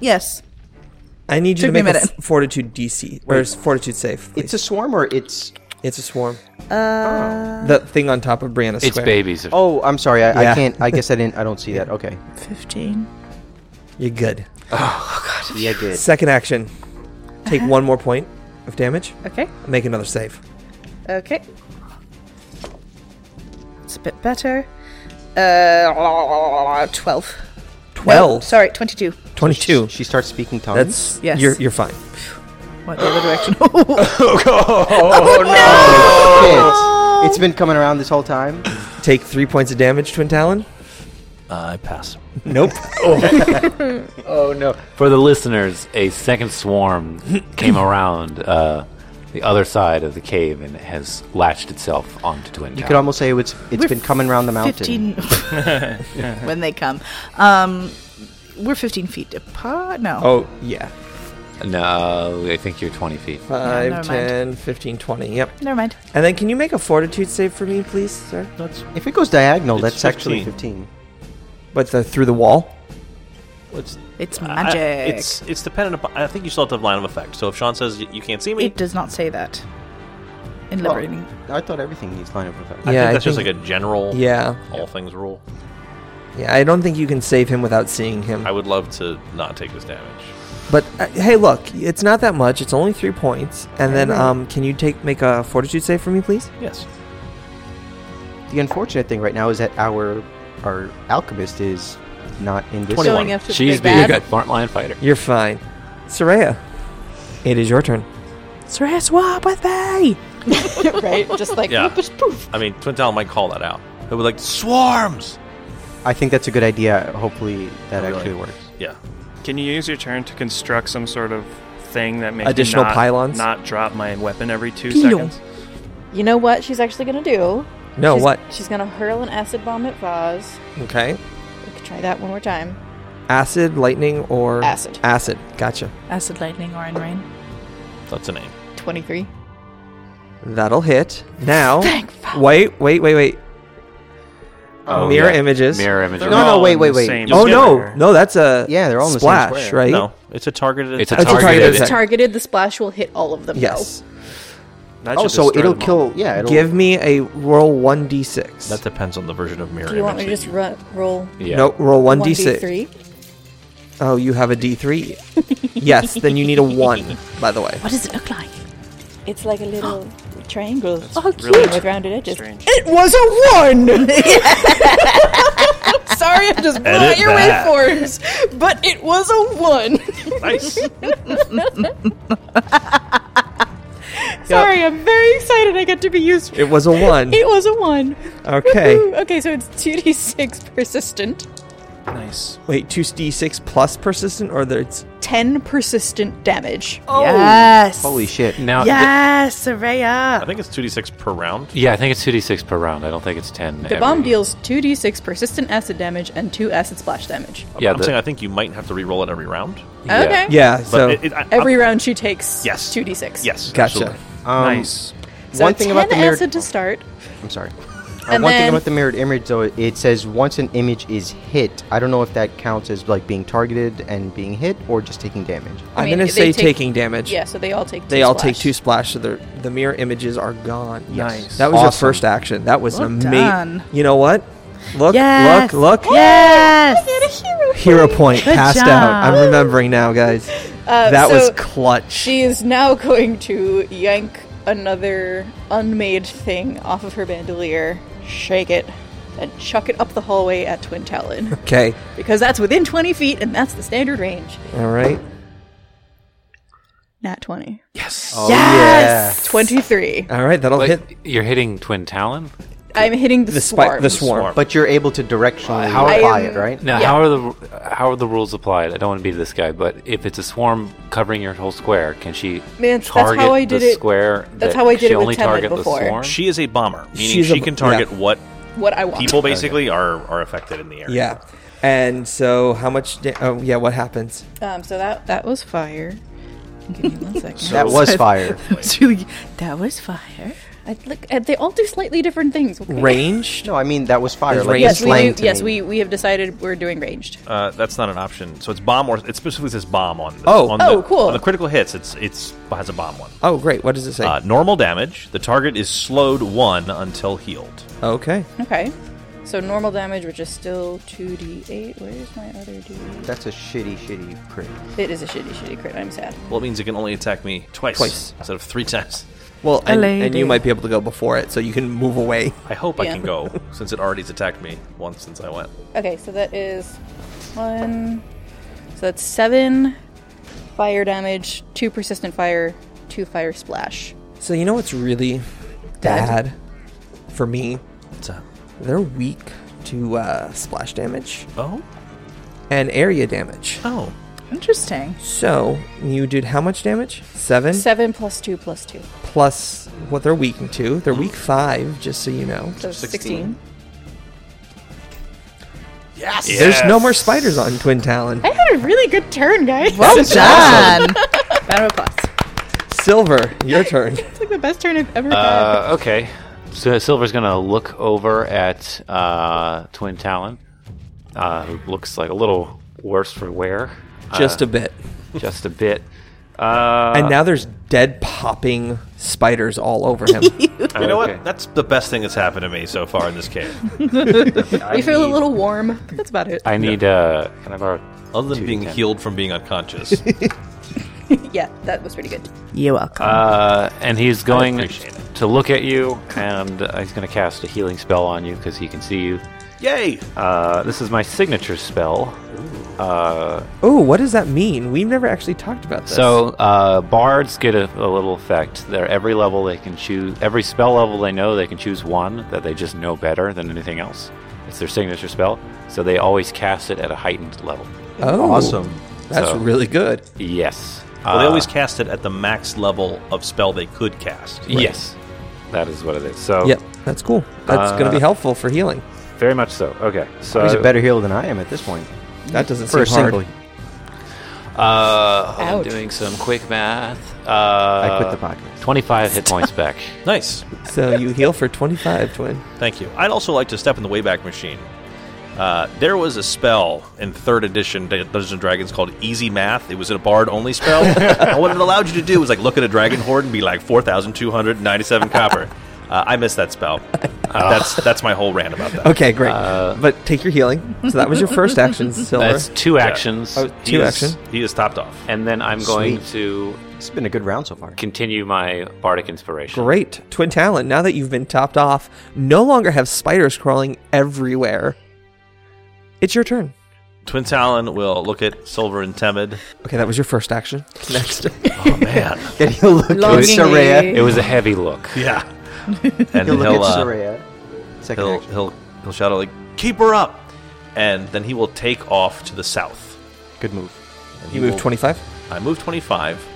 Speaker 7: Yes.
Speaker 2: I need you to
Speaker 7: Took me a
Speaker 2: make a,
Speaker 7: minute.
Speaker 2: f- fortitude DC or s- fortitude save.
Speaker 5: It's a swarm or it's.
Speaker 2: It's a swarm.
Speaker 7: Uh,
Speaker 2: The thing on top of Brianna's
Speaker 11: It's
Speaker 2: square.
Speaker 11: babies. Of,
Speaker 5: Oh, I'm sorry. I,
Speaker 2: Yeah.
Speaker 5: I can't. I guess I didn't. I
Speaker 2: [LAUGHS]
Speaker 5: don't see that. Okay.
Speaker 7: 15.
Speaker 2: You're good.
Speaker 5: Yeah, good.
Speaker 2: Second action. Take one more point of damage.
Speaker 7: Uh-huh. Okay.
Speaker 2: Make another save.
Speaker 7: Okay. It's a bit better. Uh, 12. No,
Speaker 2: Twelve.
Speaker 7: sorry, 22.
Speaker 2: Twenty-two.
Speaker 5: She starts speaking tongues.
Speaker 2: That's
Speaker 7: Yes.
Speaker 2: you're you're fine.
Speaker 7: What, the other [LAUGHS] direction?
Speaker 5: Oh, Shit. It's been coming around this whole time.
Speaker 2: Take three points of damage, Twin Talon.
Speaker 11: I pass.
Speaker 2: Nope.
Speaker 11: Oh no! For the listeners, a second swarm came around uh, the other side of the cave and has latched itself onto Twin
Speaker 5: You
Speaker 11: Tower.
Speaker 5: could almost say it's it's been coming around the mountain.
Speaker 7: 15. [LAUGHS] when they come. Um, we're 15 feet apart? No.
Speaker 2: oh yeah.
Speaker 11: no, I think you're 20 feet.
Speaker 7: never
Speaker 2: Five,
Speaker 7: mind.
Speaker 2: ten, fifteen, twenty. Yep.
Speaker 7: Never mind.
Speaker 2: And then can you make a fortitude save for me, please, sir?
Speaker 5: If it goes diagonal,
Speaker 4: It's
Speaker 5: that's actually 15.
Speaker 2: But the, through the wall.
Speaker 4: It's
Speaker 7: It's
Speaker 4: I-
Speaker 7: magic.
Speaker 4: it's it's dependent upon. I think you still have to have line of effect. So if Sean says y- you can't see me,
Speaker 7: It does not say that. In
Speaker 5: Well,
Speaker 7: liberating.
Speaker 5: I thought everything needs line of effect.
Speaker 4: I
Speaker 2: Yeah, I
Speaker 4: think that's just
Speaker 2: think-
Speaker 4: like a general
Speaker 2: Yeah.
Speaker 4: all things rule.
Speaker 2: Yeah. I don't think you can save him without seeing him.
Speaker 4: I would love to not take this damage.
Speaker 2: But uh, hey, look, it's not that much. It's only three points. And then, um, can you take make a fortitude save for me, please?
Speaker 4: Yes.
Speaker 5: The unfortunate thing right now is that our our alchemist is not in this.
Speaker 8: Showing up to
Speaker 11: She's
Speaker 8: Big
Speaker 11: being a
Speaker 8: Bad.
Speaker 11: front line fighter.
Speaker 2: You're fine, Soraya. It is your turn.
Speaker 7: Sarah, swap with me!
Speaker 8: right? Just like
Speaker 4: Yeah.
Speaker 8: poof, poof.
Speaker 4: I mean, Twin Talon might call that out. They would like swarms.
Speaker 5: I think that's a good idea. Hopefully that
Speaker 4: Oh, really?
Speaker 5: actually works.
Speaker 4: Yeah.
Speaker 6: Can you use your turn to construct some sort of thing that makes me
Speaker 2: Additional
Speaker 6: not,
Speaker 2: pylons?
Speaker 6: not drop my weapon every two
Speaker 7: Pylons.
Speaker 6: seconds?
Speaker 8: You know what she's actually gonna do?
Speaker 2: No,
Speaker 8: She's-
Speaker 2: what?
Speaker 8: She's gonna hurl an acid bomb at Vaz.
Speaker 2: Okay.
Speaker 8: We could try that one more time.
Speaker 2: Acid, lightning, or
Speaker 8: Acid.
Speaker 2: Acid. Gotcha.
Speaker 7: Acid lightning or in rain.
Speaker 4: That's a name.
Speaker 8: Twenty-three.
Speaker 2: That'll hit. Now, wait, wait, wait, wait.
Speaker 11: Oh,
Speaker 2: mirror
Speaker 11: yeah.
Speaker 2: images.
Speaker 11: Mirror images.
Speaker 6: They're
Speaker 5: No, no,
Speaker 6: all
Speaker 5: wait,
Speaker 6: in
Speaker 5: wait,
Speaker 6: the
Speaker 5: wait.
Speaker 6: same
Speaker 2: Oh no,
Speaker 6: square.
Speaker 2: no, that's a
Speaker 5: Yeah, they're all in the same
Speaker 2: splash,
Speaker 5: square.
Speaker 2: right?
Speaker 4: No, it's a targeted.
Speaker 11: It's a
Speaker 2: It's a
Speaker 11: targeted,
Speaker 2: targeted
Speaker 11: attack.
Speaker 2: attack.
Speaker 8: Targeted. The splash will hit all of them.
Speaker 2: Yes.
Speaker 6: That
Speaker 5: Oh,
Speaker 6: should
Speaker 5: so
Speaker 6: destroy
Speaker 5: it'll
Speaker 6: them all.
Speaker 5: kill. Yeah, it'll
Speaker 2: Give me a roll one d six.
Speaker 4: That depends on the version of mirror
Speaker 8: Though. Do you want me
Speaker 4: image
Speaker 8: to
Speaker 4: that
Speaker 8: just ru- roll
Speaker 11: Yeah.
Speaker 2: No, roll one d six.
Speaker 8: three?
Speaker 2: Oh, you have a D three. yes, then you need a one. By the way,
Speaker 7: What does it look like?
Speaker 8: It's like
Speaker 2: [GASPS]
Speaker 8: a little triangle
Speaker 6: really
Speaker 8: with rounded edges.
Speaker 6: strange. [LAUGHS]
Speaker 8: It was
Speaker 7: [LAUGHS]
Speaker 8: a one. [LAUGHS] Sorry, I'm just blowing out
Speaker 4: Edit
Speaker 8: your
Speaker 4: that.
Speaker 8: waveforms, but it was a one.
Speaker 4: Nice.
Speaker 8: Sorry, I'm very excited. I got to be used.
Speaker 2: it was a one.
Speaker 8: [LAUGHS] It was a one.
Speaker 2: Okay,
Speaker 8: [LAUGHS] Woohoo. Okay, so it's two d six persistent,
Speaker 6: Nice.
Speaker 2: wait, two D six plus persistent, or there's
Speaker 8: ten persistent damage.
Speaker 2: Oh.
Speaker 7: Yes!
Speaker 5: Holy shit! Um,
Speaker 2: Uh,
Speaker 11: Now,
Speaker 7: Yes,
Speaker 4: I
Speaker 7: Saraya!
Speaker 4: think it's two d six per round.
Speaker 11: th- yeah, I think it's 2d6 per round. I don't think it's 10.
Speaker 8: The bomb deals 2d6 persistent acid damage and 2 acid splash damage.
Speaker 11: Yeah,
Speaker 4: I'm
Speaker 11: the-
Speaker 4: saying I think you might have to re-roll it every round.
Speaker 8: Okay.
Speaker 2: yeah. Uh,
Speaker 4: But
Speaker 2: so
Speaker 4: it, it, I,
Speaker 8: Every
Speaker 4: I'm-
Speaker 8: round she takes
Speaker 4: Yes.
Speaker 8: 2d6.
Speaker 4: yes,
Speaker 2: gotcha.
Speaker 4: absolutely.
Speaker 5: Um,
Speaker 6: nice.
Speaker 8: So
Speaker 5: one thing about the
Speaker 8: 10
Speaker 5: mirror.
Speaker 8: acid to start.
Speaker 5: I'm sorry. Uh,
Speaker 8: And
Speaker 5: one
Speaker 8: then-
Speaker 5: thing about the mirrored image, though, it says once an image is hit, I don't know if that counts as like being targeted and being hit or just taking damage.
Speaker 2: I'm
Speaker 8: mean,
Speaker 2: gonna
Speaker 8: they
Speaker 2: say
Speaker 8: take-
Speaker 2: taking damage.
Speaker 8: Yeah, so they all take
Speaker 2: They
Speaker 8: two
Speaker 2: all
Speaker 8: splash.
Speaker 2: take two splash, so the the mirror images are gone.
Speaker 6: Nice.
Speaker 2: That was your
Speaker 5: Awesome.
Speaker 2: first action. That was
Speaker 7: Well
Speaker 2: amazing.
Speaker 7: done.
Speaker 2: You know what? Look,
Speaker 7: Yes.
Speaker 2: look, look.
Speaker 8: [LAUGHS]
Speaker 7: Yes!
Speaker 2: [LAUGHS] Hero point
Speaker 7: Good
Speaker 2: passed
Speaker 7: job.
Speaker 2: out. I'm remembering now, guys.
Speaker 8: [LAUGHS] Uh,
Speaker 2: that
Speaker 8: so
Speaker 2: was clutch.
Speaker 8: She is now [LAUGHS] going to yank another unmade thing off of her bandolier, shake it, and chuck it up the hallway at
Speaker 2: [LAUGHS]
Speaker 8: Twin Talon.
Speaker 2: okay.
Speaker 8: because that's within 20 feet and that's the standard range.
Speaker 2: All right.
Speaker 8: Nat 20.
Speaker 5: Oh,
Speaker 7: Yes!
Speaker 8: 23.
Speaker 2: All right. That'll hit
Speaker 11: But you're hitting Twin Talon?
Speaker 8: I'm hitting the,
Speaker 2: the
Speaker 8: swarm.
Speaker 2: spi- the swarm.
Speaker 5: Yeah. But you're able to directionally
Speaker 11: How-
Speaker 5: apply
Speaker 8: I am-
Speaker 5: it, right?
Speaker 11: Now, how are the how are the rules applied? I don't want to be this guy, but if it's a swarm covering your whole square, can she
Speaker 8: Man, that's
Speaker 11: target
Speaker 8: how I did
Speaker 11: the
Speaker 8: it-
Speaker 11: square?
Speaker 8: that's
Speaker 11: that-
Speaker 8: how I did
Speaker 11: she
Speaker 8: it with
Speaker 11: only
Speaker 8: Temet
Speaker 11: target
Speaker 8: before.
Speaker 11: The swarm?
Speaker 4: She is a bomber, meaning
Speaker 2: She's a
Speaker 4: she
Speaker 2: b-
Speaker 4: can target
Speaker 2: yeah.
Speaker 4: what
Speaker 8: What I want.
Speaker 4: people basically are are affected in the area.
Speaker 2: Yeah. And so, how much? Da- oh, yeah. What happens?
Speaker 8: Um, so that that was fire. Give me one second.
Speaker 5: That was fire.
Speaker 7: [LAUGHS] It's really- that was fire.
Speaker 8: I, look, uh, they all do slightly different things. okay?
Speaker 2: Ranged?
Speaker 5: No, I mean that was fire.
Speaker 2: Is
Speaker 5: Like,
Speaker 2: range
Speaker 5: it's
Speaker 8: Yes, we
Speaker 5: slang
Speaker 8: do,
Speaker 5: to
Speaker 8: yes,
Speaker 5: me.
Speaker 8: we, we have decided we're doing ranged.
Speaker 4: Uh, that's not an option. So it's bomb or it specifically says bomb on. This.
Speaker 2: Oh.
Speaker 4: on the,
Speaker 8: Oh, cool.
Speaker 4: On the critical hits, it's it's has a bomb one.
Speaker 2: Oh, great. What does it say?
Speaker 4: Uh, normal damage. The target is slowed one until healed.
Speaker 2: okay.
Speaker 8: Okay. So normal damage, which is still 2d8. Where's my other d8?
Speaker 5: That's a shitty, shitty crit.
Speaker 8: It is a shitty, shitty crit. I'm sad.
Speaker 4: Well, it means it can only attack me twice,
Speaker 2: Twice.
Speaker 4: instead of three times.
Speaker 2: Well, and, and you
Speaker 3: lady.
Speaker 2: might be able to go before it, so you can move away.
Speaker 4: I hope I
Speaker 8: Yeah.
Speaker 4: can
Speaker 8: [LAUGHS]
Speaker 4: go since it already's attacked me once since I went.
Speaker 8: Okay, so that is one. So that's seven fire damage, two persistent fire, two fire splash.
Speaker 2: So you know what's really bad for me?
Speaker 4: What's up?
Speaker 2: They're weak to uh, splash damage
Speaker 4: Oh,
Speaker 2: and area damage.
Speaker 4: oh,
Speaker 7: Interesting.
Speaker 2: So you did how much damage? Seven
Speaker 8: Seven plus two plus two.
Speaker 2: plus what they're weak to. They're weak five, just so you know.
Speaker 8: So 16.
Speaker 4: yes.
Speaker 2: There's no more spiders on Twin Talon.
Speaker 8: I had a really good turn, guys. [LAUGHS]
Speaker 7: Well done.
Speaker 8: Round of applause.
Speaker 2: Silver, your turn. [LAUGHS]
Speaker 8: It's like the best turn I've ever had.
Speaker 11: Uh, okay. So Silver's gonna look over at uh, Twin Talon, uh, who looks like a little worse for wear.
Speaker 2: just a bit.
Speaker 11: a just a bit. Uh,
Speaker 2: and now there's dead popping spiders all over him.
Speaker 4: You know
Speaker 11: okay.
Speaker 4: what? That's the best thing that's happened to me so far in this
Speaker 8: [LAUGHS]
Speaker 4: cave.
Speaker 8: We feel a little warm, but that's about it.
Speaker 11: I need. Uh, can I borrow?
Speaker 4: Other than
Speaker 11: Two
Speaker 4: being
Speaker 11: D10.
Speaker 4: healed from being
Speaker 8: [LAUGHS]
Speaker 4: unconscious.
Speaker 8: yeah, that was pretty good.
Speaker 7: You're welcome.
Speaker 11: Uh, and he's going
Speaker 4: appreciate it.
Speaker 11: to look at you, and uh, he's going to cast a healing spell on you because he can see you.
Speaker 4: Yay!
Speaker 11: Uh, this is my signature spell. Uh,
Speaker 2: oh, what does that mean? We've never actually talked about this.
Speaker 11: so uh, bards get a, a little effect. They're every level they can choose. Every spell level they know they can choose one that they just know better than anything else. It's their signature spell, so they always cast it at a heightened level.
Speaker 2: oh,
Speaker 4: Awesome.
Speaker 2: That's
Speaker 11: So-
Speaker 2: really good.
Speaker 11: Yes.
Speaker 4: Well, they
Speaker 11: Uh,
Speaker 4: always cast it at the max level of spell they could cast.
Speaker 11: Yes. That is what it is. So
Speaker 2: Yep, that's cool. That's going to be
Speaker 11: Oh. Uh,
Speaker 2: helpful for healing.
Speaker 11: very much so. Okay.
Speaker 4: Uh,
Speaker 11: So
Speaker 5: He's a better healer than I am at this point.
Speaker 2: That doesn't
Speaker 5: For a
Speaker 2: seem hard.
Speaker 5: single,
Speaker 11: Uh, I'm
Speaker 8: Ouch.
Speaker 11: doing some quick math. Uh,
Speaker 5: I quit the podcast.
Speaker 11: 25 hit
Speaker 5: [LAUGHS]
Speaker 11: points back.
Speaker 4: Nice.
Speaker 2: So you heal for 25, twin.
Speaker 4: Thank you. I'd also like to step in the Wayback Machine. Uh, there was a spell in third edition D- Dungeons and Dragons called Easy Math. It was a bard only
Speaker 5: [LAUGHS]
Speaker 4: spell. and what it allowed you to do was like look at a dragon horde and be like
Speaker 5: [LAUGHS]
Speaker 4: 4,297 copper. Uh, I missed that spell.
Speaker 5: Ah.
Speaker 4: that's that's my whole rant about that.
Speaker 2: Okay, great. but take your healing. So that was your first [LAUGHS] action, Silver.
Speaker 11: That's two actions.
Speaker 2: Oh,
Speaker 4: He
Speaker 2: two
Speaker 4: is-
Speaker 2: action.
Speaker 4: He is topped off.
Speaker 11: And then I'm going
Speaker 5: Sweet.
Speaker 11: to
Speaker 5: It's been a good round so far.
Speaker 11: continue my bardic inspiration.
Speaker 2: Great. Twin Talon, now that you've been topped off, no longer have spiders crawling everywhere. It's your turn.
Speaker 4: Twin Talon will look at Silver and
Speaker 5: [LAUGHS]
Speaker 4: Temid.
Speaker 2: Okay, that was your first action. Next.
Speaker 4: Oh, man.
Speaker 5: Can you look at
Speaker 11: It was a heavy look.
Speaker 4: yeah.
Speaker 5: [LAUGHS]
Speaker 4: And
Speaker 5: He'll look
Speaker 4: he'll,
Speaker 5: at
Speaker 4: uh,
Speaker 5: Soraya. Second
Speaker 4: he'll,
Speaker 5: action.
Speaker 4: he'll, he'll shout out, like, keep her up! And then he will take off to the south.
Speaker 5: Good move.
Speaker 4: And he
Speaker 2: you move
Speaker 4: will-
Speaker 2: 25.
Speaker 4: I move 25.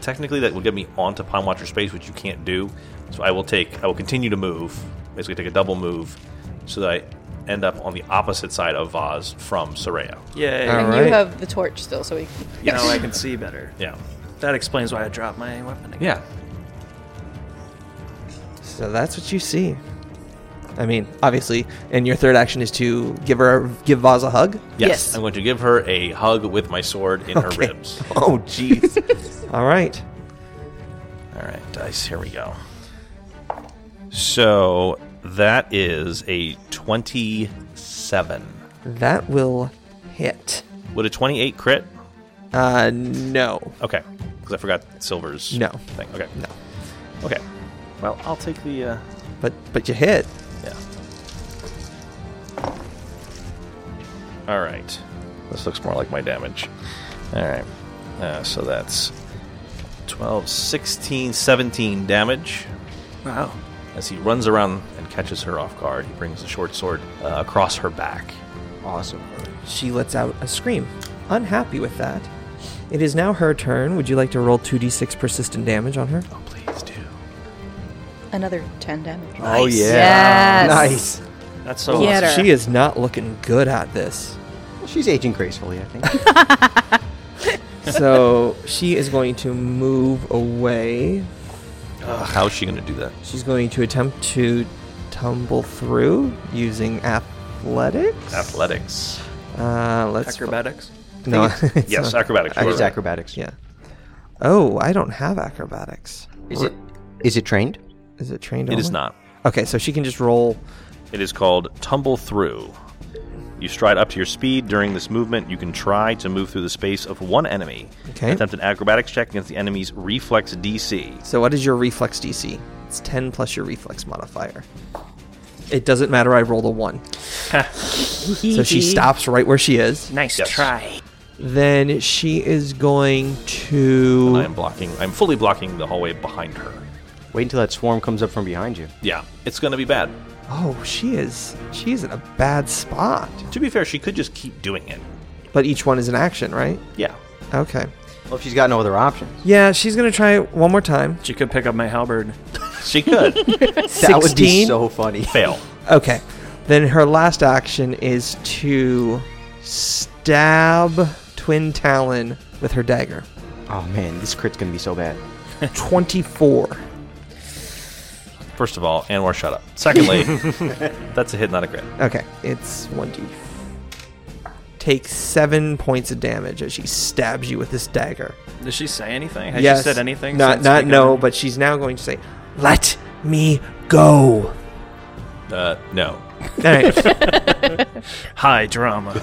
Speaker 4: Technically, that will get me onto Pine Watcher space, which you can't do. So I will take, I will continue to move, basically take a double move, so that I end up on the opposite side of Vaz from Soraya.
Speaker 6: Yay.
Speaker 2: All
Speaker 8: and
Speaker 2: right.
Speaker 8: you have the torch still, so we.
Speaker 6: Now I can see better.
Speaker 4: Yeah.
Speaker 6: That explains why I dropped my weapon again.
Speaker 4: Yeah.
Speaker 2: So that's what you see. I mean, obviously, and your third action is to give her give Vaz a hug.
Speaker 4: Yes.
Speaker 7: Yes.
Speaker 4: I'm going to give her a hug with my sword in her
Speaker 2: Okay.
Speaker 4: ribs.
Speaker 2: Oh jeez. [LAUGHS] All right.
Speaker 4: All right, dice. Here we go. So that is a 27.
Speaker 2: That will hit.
Speaker 4: Would a 28 crit?
Speaker 2: Uh no.
Speaker 4: Okay, because I forgot Silver's
Speaker 2: No.
Speaker 4: thing. Okay,
Speaker 2: No.
Speaker 4: okay. Well, I'll take the. Uh,
Speaker 2: But but you hit.
Speaker 4: yeah. All right. This looks more like my damage. All right. Uh, so that's 12, 16, 17 damage.
Speaker 6: Wow.
Speaker 4: As he runs around and catches her off guard, he brings the short sword uh, across her back.
Speaker 5: Awesome.
Speaker 2: She lets out a scream. Unhappy with that. It is now her turn. Would you like to roll 2d6 persistent damage on her?
Speaker 4: Oh, please do.
Speaker 8: Another 10 damage.
Speaker 5: Oh yeah.
Speaker 7: Yes.
Speaker 5: Nice.
Speaker 6: That's so
Speaker 7: Get her.
Speaker 2: She is not looking good at
Speaker 7: [LAUGHS]
Speaker 2: this.
Speaker 5: She's aging gracefully, I
Speaker 4: [LAUGHS]
Speaker 5: think.
Speaker 2: So she is going to move away
Speaker 4: How is she going to do that?
Speaker 2: She's going to attempt to tumble through using athletics.
Speaker 4: Athletics.
Speaker 2: Uh, let's
Speaker 6: Acrobatics.
Speaker 2: No, [LAUGHS] it's
Speaker 4: yes,
Speaker 2: not-
Speaker 4: acrobatics.
Speaker 5: I
Speaker 4: you
Speaker 5: use
Speaker 4: are right.
Speaker 5: acrobatics.
Speaker 2: Yeah. Oh, I don't have acrobatics.
Speaker 5: Is it is it trained?
Speaker 2: Is it trained?
Speaker 4: It is
Speaker 2: only?
Speaker 4: not.
Speaker 2: Okay, so she can just roll.
Speaker 4: It is called tumble through. You stride up to your speed. During this movement, you can try to move through the space of one enemy.
Speaker 2: Okay.
Speaker 4: Attempt an acrobatics check against the enemy's reflex DC.
Speaker 2: So what is your reflex DC? It's ten plus your reflex modifier. It doesn't matter. I rolled a one, so she stops right where she is.
Speaker 6: Nice
Speaker 4: Yes.
Speaker 6: try.
Speaker 2: Then she is going to.
Speaker 4: And I am blocking. I'm fully blocking the hallway behind her.
Speaker 5: Wait until that swarm comes up from behind you.
Speaker 4: Yeah, it's going to be bad.
Speaker 2: Oh, she is. She's in a bad spot.
Speaker 4: To be fair, she could just keep doing it.
Speaker 2: But each one is an action, right?
Speaker 4: Yeah.
Speaker 2: Okay.
Speaker 5: Well, if she's got no other options,
Speaker 2: Yeah, she's gonna try it one more time.
Speaker 6: She could pick up my halberd.
Speaker 4: She could. [LAUGHS]
Speaker 5: that would
Speaker 2: 16?
Speaker 5: be so funny.
Speaker 4: Fail.
Speaker 2: Okay. Then her last action is to stab Twin Talon with her dagger.
Speaker 5: Oh man, this crit's gonna be so bad.
Speaker 2: 24.
Speaker 4: First of all, Anwar, shut up. [LAUGHS] Secondly, that's a hit, not a crit.
Speaker 2: Okay. It's 1d. Takes seven points of damage as she stabs you with this dagger.
Speaker 6: Did she say anything? Has
Speaker 2: Yes.
Speaker 6: she said anything?
Speaker 2: Not,
Speaker 6: since
Speaker 2: not
Speaker 6: we
Speaker 2: no,
Speaker 6: got-
Speaker 2: but she's now going to say, Let me go.
Speaker 4: Uh, no.
Speaker 2: All right.
Speaker 6: high drama.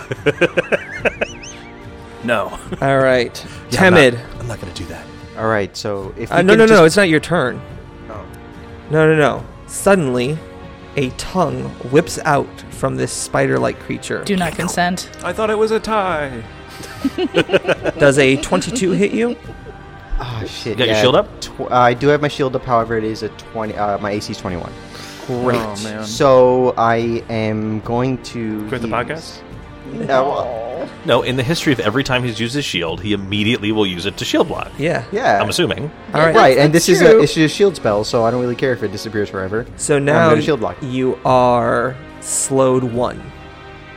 Speaker 6: no.
Speaker 2: [LAUGHS] All right. Temid.
Speaker 4: I'm not going to do that.
Speaker 5: All right, so if
Speaker 2: Uh,
Speaker 5: we
Speaker 2: no,
Speaker 5: can
Speaker 2: no, no.
Speaker 5: just-
Speaker 2: It's not your turn. Oh. No, no, no. Suddenly, a tongue whips out from this spider like creature.
Speaker 7: Do not consent.
Speaker 6: I thought it was a tie.
Speaker 2: Does a 22 hit you?
Speaker 5: Oh shit!
Speaker 4: got your
Speaker 5: yeah.
Speaker 4: shield up?
Speaker 5: Tw- I do have my shield up. However, it is a twenty. Uh, my AC is twenty-one.
Speaker 2: Great.
Speaker 6: Oh man.
Speaker 5: So I am going to
Speaker 6: Quit the
Speaker 5: use-
Speaker 6: podcast.
Speaker 5: Uh, well,
Speaker 4: No, in the history of every time he's used his shield, he immediately will use it to shield block.
Speaker 2: Yeah.
Speaker 5: yeah,
Speaker 4: I'm assuming.
Speaker 2: All right.
Speaker 5: right, and this is a
Speaker 8: true.
Speaker 5: this is a shield spell, so I don't really care if it disappears forever.
Speaker 2: So
Speaker 5: And I'm
Speaker 2: now
Speaker 5: gonna shield block.
Speaker 2: you are slowed one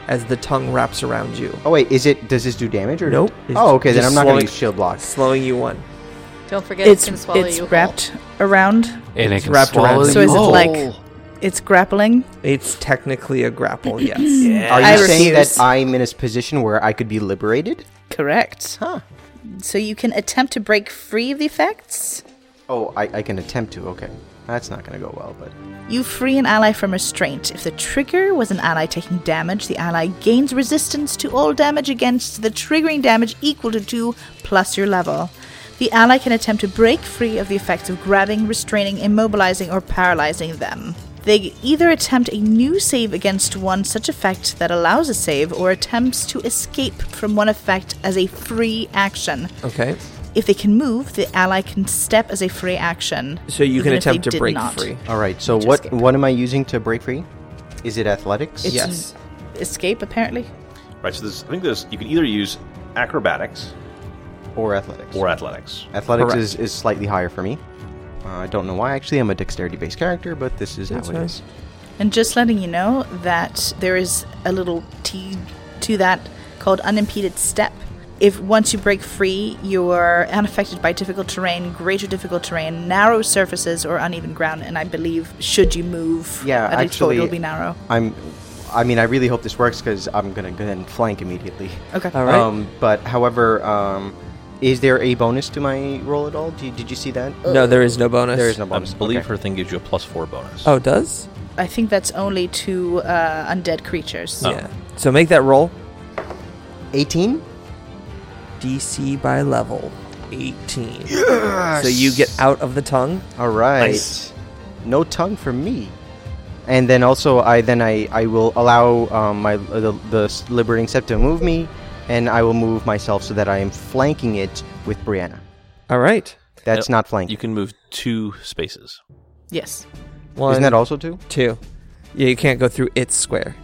Speaker 2: as the tongue wraps around you,
Speaker 5: Oh wait, is it? Does this do damage or
Speaker 2: Nope. It's
Speaker 5: Oh, okay, then
Speaker 2: just
Speaker 5: I'm not gonna
Speaker 2: slowing-
Speaker 5: use shield block.
Speaker 2: slowing you one.
Speaker 8: Don't forget
Speaker 7: It's
Speaker 8: it can
Speaker 7: it's,
Speaker 8: swallow you. whole.
Speaker 7: wrapped around.
Speaker 11: And it
Speaker 2: It's
Speaker 11: can
Speaker 2: wrapped around
Speaker 11: swallow
Speaker 2: you.
Speaker 7: So
Speaker 11: you
Speaker 7: is it
Speaker 11: whole.
Speaker 7: like it's grappling?
Speaker 2: It's technically a
Speaker 7: [CLEARS THROAT]
Speaker 2: grapple, yes.
Speaker 5: Are you
Speaker 7: I
Speaker 5: saying
Speaker 7: refuse.
Speaker 5: that I'm in a position where I could be liberated?
Speaker 7: Correct.
Speaker 5: Huh.
Speaker 7: So you can attempt to break free of the effects.
Speaker 5: Oh, I, I can attempt to. Okay, that's not gonna go well, but
Speaker 7: You free an ally from restraint. If the trigger was an ally taking damage, the ally gains resistance to all damage against the triggering damage equal to 2 plus your level. The ally can attempt to break free of the effects of grabbing, restraining, immobilizing, or paralyzing them. They either attempt a new save against one such effect that allows a save, or attempts to escape from one effect as a free action.
Speaker 2: Okay.
Speaker 7: If they can move, the ally can step as a free action.
Speaker 2: So you
Speaker 7: even
Speaker 2: can
Speaker 7: if they
Speaker 2: attempt to
Speaker 7: did
Speaker 2: break
Speaker 7: not.
Speaker 2: free.
Speaker 5: all right. So
Speaker 7: Just
Speaker 5: what
Speaker 7: get-
Speaker 5: what am I using to break free? Is it athletics?
Speaker 7: It's
Speaker 2: Yes.
Speaker 7: Escape, apparently.
Speaker 4: Right, so there's, I think there's, you can either use acrobatics
Speaker 5: or athletics.
Speaker 4: or athletics.
Speaker 5: Athletics
Speaker 2: Correct.
Speaker 5: is, is slightly higher for me. Uh, I don't know why. Actually, I'm a dexterity-based character, but this is
Speaker 2: That's
Speaker 5: how it
Speaker 2: fine.
Speaker 5: is.
Speaker 7: And just letting you know that there is a little T to that called unimpeded step. If once you break free, you are unaffected by difficult terrain, greater difficult terrain, narrow surfaces, or uneven ground. And I believe, should you move,
Speaker 5: Yeah,
Speaker 7: at least forward,
Speaker 5: actually-
Speaker 7: it'll be narrow.
Speaker 5: I'm. I mean, I really hope this works because I'm gonna go ahead and flank immediately.
Speaker 7: Okay.
Speaker 2: All right.
Speaker 5: Um, but however, um, is there a bonus to my roll at all? Do you- did you see that?
Speaker 2: no, there is no bonus.
Speaker 5: There is no
Speaker 4: I
Speaker 5: bonus.
Speaker 4: believe
Speaker 5: Okay.
Speaker 4: her thing gives you a plus four bonus.
Speaker 2: Oh, it does?
Speaker 7: I think that's only to uh, undead
Speaker 5: Oh.
Speaker 7: creatures.
Speaker 2: Yeah. So make that roll.
Speaker 5: 18.
Speaker 2: DC by level 18. So you get out of the tongue.
Speaker 5: All right.
Speaker 4: Nice.
Speaker 5: No tongue for me. And then also, I then I, I will allow um, my the, the liberating scepter to move me, and I will move myself so that I am flanking it with Brianna.
Speaker 2: All right.
Speaker 5: That's
Speaker 4: Uh,
Speaker 5: not flanking.
Speaker 4: You can move two spaces.
Speaker 7: Yes.
Speaker 2: One,
Speaker 5: Isn't that also two?
Speaker 2: two. Yeah, you can't go through its square.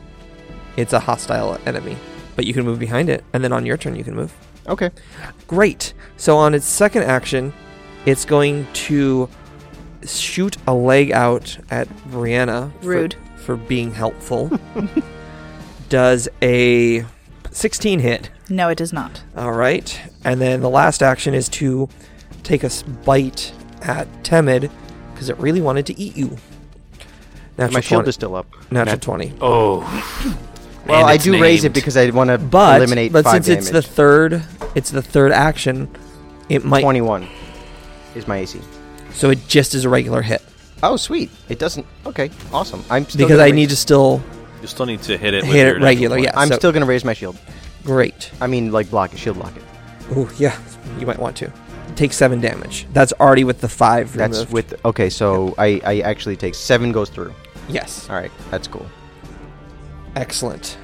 Speaker 2: It's a hostile enemy, but you can move behind it, and then on your turn you can move.
Speaker 5: Okay.
Speaker 2: Great. So on its second action, it's going to shoot a leg out at Brianna. for-
Speaker 7: Rude.
Speaker 2: For, being helpful. [LAUGHS] Does a 16 hit.
Speaker 7: No, it does not.
Speaker 2: All right. And then the last action is to take a s- bite at Temid because it really wanted to eat you. Natural
Speaker 5: My shield
Speaker 2: 20
Speaker 5: is still up.
Speaker 2: Natural
Speaker 5: Nat-
Speaker 2: 20.
Speaker 11: Oh.
Speaker 5: Well,
Speaker 11: And
Speaker 5: I
Speaker 11: it's
Speaker 5: do raise it
Speaker 11: named.
Speaker 5: because I want to
Speaker 2: But,
Speaker 5: eliminate
Speaker 2: but
Speaker 5: five
Speaker 2: since
Speaker 5: damage.
Speaker 2: it's the third, it's the third action. It might
Speaker 5: 21 is my AC.
Speaker 2: so it just is a regular hit
Speaker 5: Oh, sweet. It doesn't. Okay, awesome. I'm still
Speaker 2: because
Speaker 5: gonna
Speaker 2: I
Speaker 5: raise-
Speaker 2: need to still
Speaker 4: You still need to hit it. with
Speaker 2: hit
Speaker 4: your
Speaker 2: it
Speaker 4: natural
Speaker 2: regular.
Speaker 4: one.
Speaker 2: Yeah,
Speaker 5: I'm
Speaker 2: so-
Speaker 5: still gonna raise my shield.
Speaker 2: great.
Speaker 5: I mean, like block it, shield block it.
Speaker 2: Oh yeah, you might want to take seven damage. That's already with the five.
Speaker 5: That's
Speaker 2: removed.
Speaker 5: with. Okay, so I, I actually take seven goes through.
Speaker 2: yes.
Speaker 5: All right, that's cool.
Speaker 2: Excellent.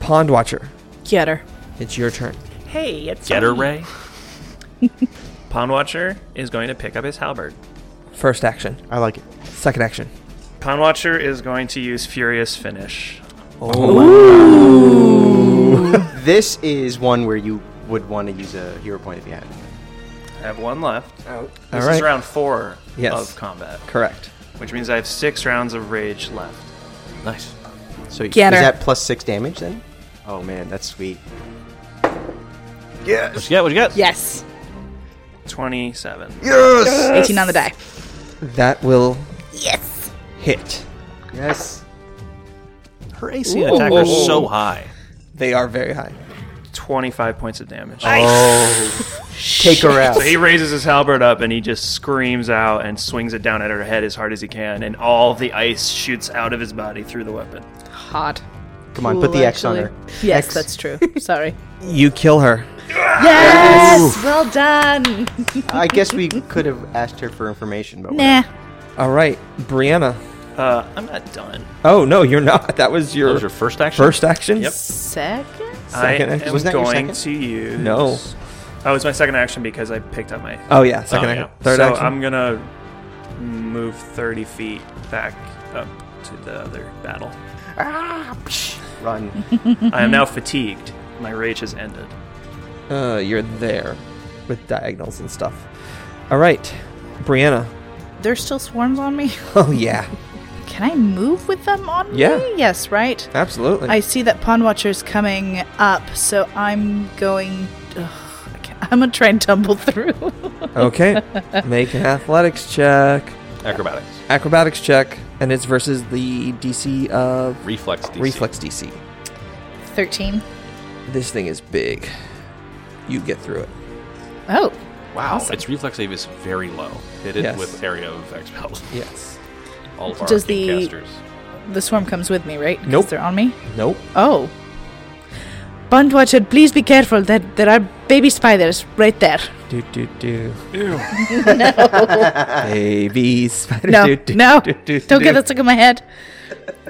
Speaker 2: Pond Watcher,
Speaker 8: Get her.
Speaker 2: it's your turn.
Speaker 6: Hey, it's
Speaker 4: Get her, Ray.
Speaker 6: Pond Watcher is going to pick up his halberd.
Speaker 2: First action.
Speaker 5: I like it.
Speaker 2: Second action.
Speaker 6: Pond Watcher is going to use Furious Finish.
Speaker 5: This is one where you would want to use a hero point if you had. it.
Speaker 6: I have one left.
Speaker 2: All
Speaker 6: This
Speaker 2: right.
Speaker 6: is round four
Speaker 2: Oh, Yes.
Speaker 6: of combat,
Speaker 2: Correct.
Speaker 6: which means I have six rounds of rage left.
Speaker 4: Nice.
Speaker 5: So
Speaker 7: Get
Speaker 5: is
Speaker 7: her.
Speaker 5: that plus six damage then? Oh man, that's sweet.
Speaker 4: What you got? What you got?
Speaker 7: Yes.
Speaker 6: 27.
Speaker 7: 18 on the die.
Speaker 2: That will yes hit.
Speaker 5: Yes.
Speaker 4: Her AC and attack are so high.
Speaker 2: They are very high.
Speaker 6: 25 points of damage.
Speaker 5: Take her out.
Speaker 6: So he raises his halberd up and he just screams out and swings it down at her head as hard as he can, and all the ice shoots out of his body through the weapon.
Speaker 8: Hot.
Speaker 5: Come on, put the X on her.
Speaker 7: Yes, that's true. Sorry.
Speaker 2: You kill her.
Speaker 7: [LAUGHS] yes! Well done!
Speaker 5: I guess we could have asked her for information, but
Speaker 7: Nah.
Speaker 2: All right, Brianna.
Speaker 6: Uh, I'm not done.
Speaker 2: Oh no, you're not. [LAUGHS] That was your,
Speaker 4: That was your first action.
Speaker 2: first action.
Speaker 4: Yep.
Speaker 7: Second?
Speaker 2: Second
Speaker 6: I
Speaker 2: action.
Speaker 6: am
Speaker 2: Was
Speaker 5: that your
Speaker 6: going
Speaker 5: second?
Speaker 6: to use.
Speaker 2: No.
Speaker 6: Oh, it's my second action because I picked up my.
Speaker 2: Oh yeah, second
Speaker 4: Oh,
Speaker 2: action.
Speaker 4: yeah.
Speaker 2: Third
Speaker 6: so
Speaker 2: action.
Speaker 6: I'm gonna move 30 feet back up to the other battle.
Speaker 7: [LAUGHS]
Speaker 5: run.
Speaker 6: I
Speaker 2: Mm-hmm.
Speaker 6: am now fatigued. My rage has ended.
Speaker 2: Uh, you're there with diagonals and stuff. All right, Brianna. [LAUGHS]
Speaker 7: There's still swarms on me. [LAUGHS]
Speaker 2: Oh yeah,
Speaker 7: Can I move with them on
Speaker 2: Yeah.
Speaker 7: me? Yes, right?
Speaker 2: absolutely.
Speaker 7: I see that Pond Watcher's coming up, so I'm going. Ugh, I can't- I'm gonna try and tumble [LAUGHS] through.
Speaker 2: [LAUGHS] okay, make an athletics check,
Speaker 4: Acrobatics.
Speaker 2: acrobatics check, and it's versus the DC of
Speaker 4: Reflex. DC.
Speaker 2: reflex DC.
Speaker 7: 13.
Speaker 2: This thing is big. You get through it.
Speaker 7: Oh,
Speaker 4: Wow. Its reflex save is very low. Hit it
Speaker 2: Yes.
Speaker 4: with area of expel.
Speaker 2: Yes.
Speaker 4: All of our
Speaker 7: Does
Speaker 4: arcane
Speaker 7: the-
Speaker 4: casters.
Speaker 7: the swarm comes with me, right? 'Cause
Speaker 2: Nope.
Speaker 7: They're on me?
Speaker 2: Nope.
Speaker 7: Oh. Pond Watcher, please be careful. There, there are baby spiders right there.
Speaker 2: Do do do.
Speaker 7: [LAUGHS]
Speaker 2: Baby spider.
Speaker 7: No,
Speaker 2: do, do,
Speaker 7: no.
Speaker 2: do, do,
Speaker 7: Don't
Speaker 2: do.
Speaker 7: get that stuck in my head.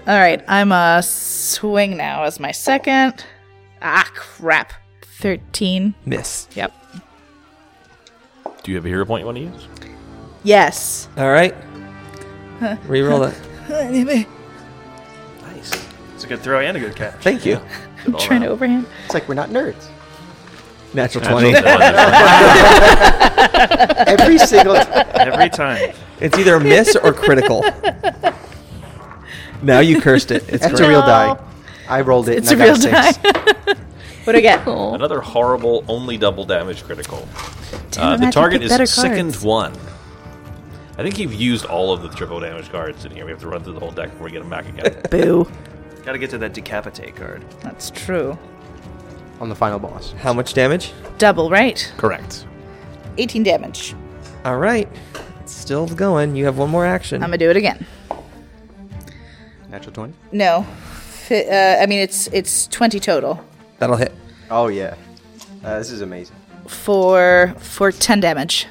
Speaker 7: All right, I'm a swing now as my second. Ah, crap. 13.
Speaker 2: miss.
Speaker 7: Yep.
Speaker 4: Do you have a hero point you want to use?
Speaker 7: Yes.
Speaker 2: All right. Reroll that.
Speaker 6: Nice. It's a good throw and a good catch.
Speaker 2: Thank you.
Speaker 7: I'm trying to overhand.
Speaker 5: It's like we're not nerds.
Speaker 2: Natural twenty.
Speaker 7: [LAUGHS]
Speaker 5: Every single time.
Speaker 2: [LAUGHS]
Speaker 6: Every time.
Speaker 2: It's either a miss or critical. now you cursed it. It's
Speaker 5: That's
Speaker 2: great.
Speaker 5: a real die. I rolled it.
Speaker 7: It's a
Speaker 5: and I
Speaker 7: real
Speaker 5: got a six.
Speaker 7: die. what do I get?
Speaker 4: [LAUGHS]
Speaker 2: Uh,
Speaker 4: Another horrible, only double damage critical.
Speaker 7: Damn,
Speaker 4: Uh,
Speaker 7: I had
Speaker 4: the
Speaker 7: to
Speaker 4: target
Speaker 7: pick
Speaker 4: is
Speaker 7: better
Speaker 4: sickened
Speaker 7: cards.
Speaker 4: one. I think you've used all of the triple damage cards in here. We have to run through the whole deck before we get them back again.
Speaker 7: Boo.
Speaker 6: Got to get to that decapitate card.
Speaker 7: That's true.
Speaker 5: on the final boss.
Speaker 2: How much damage?
Speaker 7: Double, right?
Speaker 4: Correct.
Speaker 7: 18 damage.
Speaker 2: All right. It's still going. You have one more action.
Speaker 7: I'm going to do it again.
Speaker 5: Natural 20?
Speaker 7: No. Fi- Uh, I mean, it's it's 20 total
Speaker 2: That'll hit.
Speaker 5: Oh, yeah. Uh, this is amazing.
Speaker 7: for for 10 damage.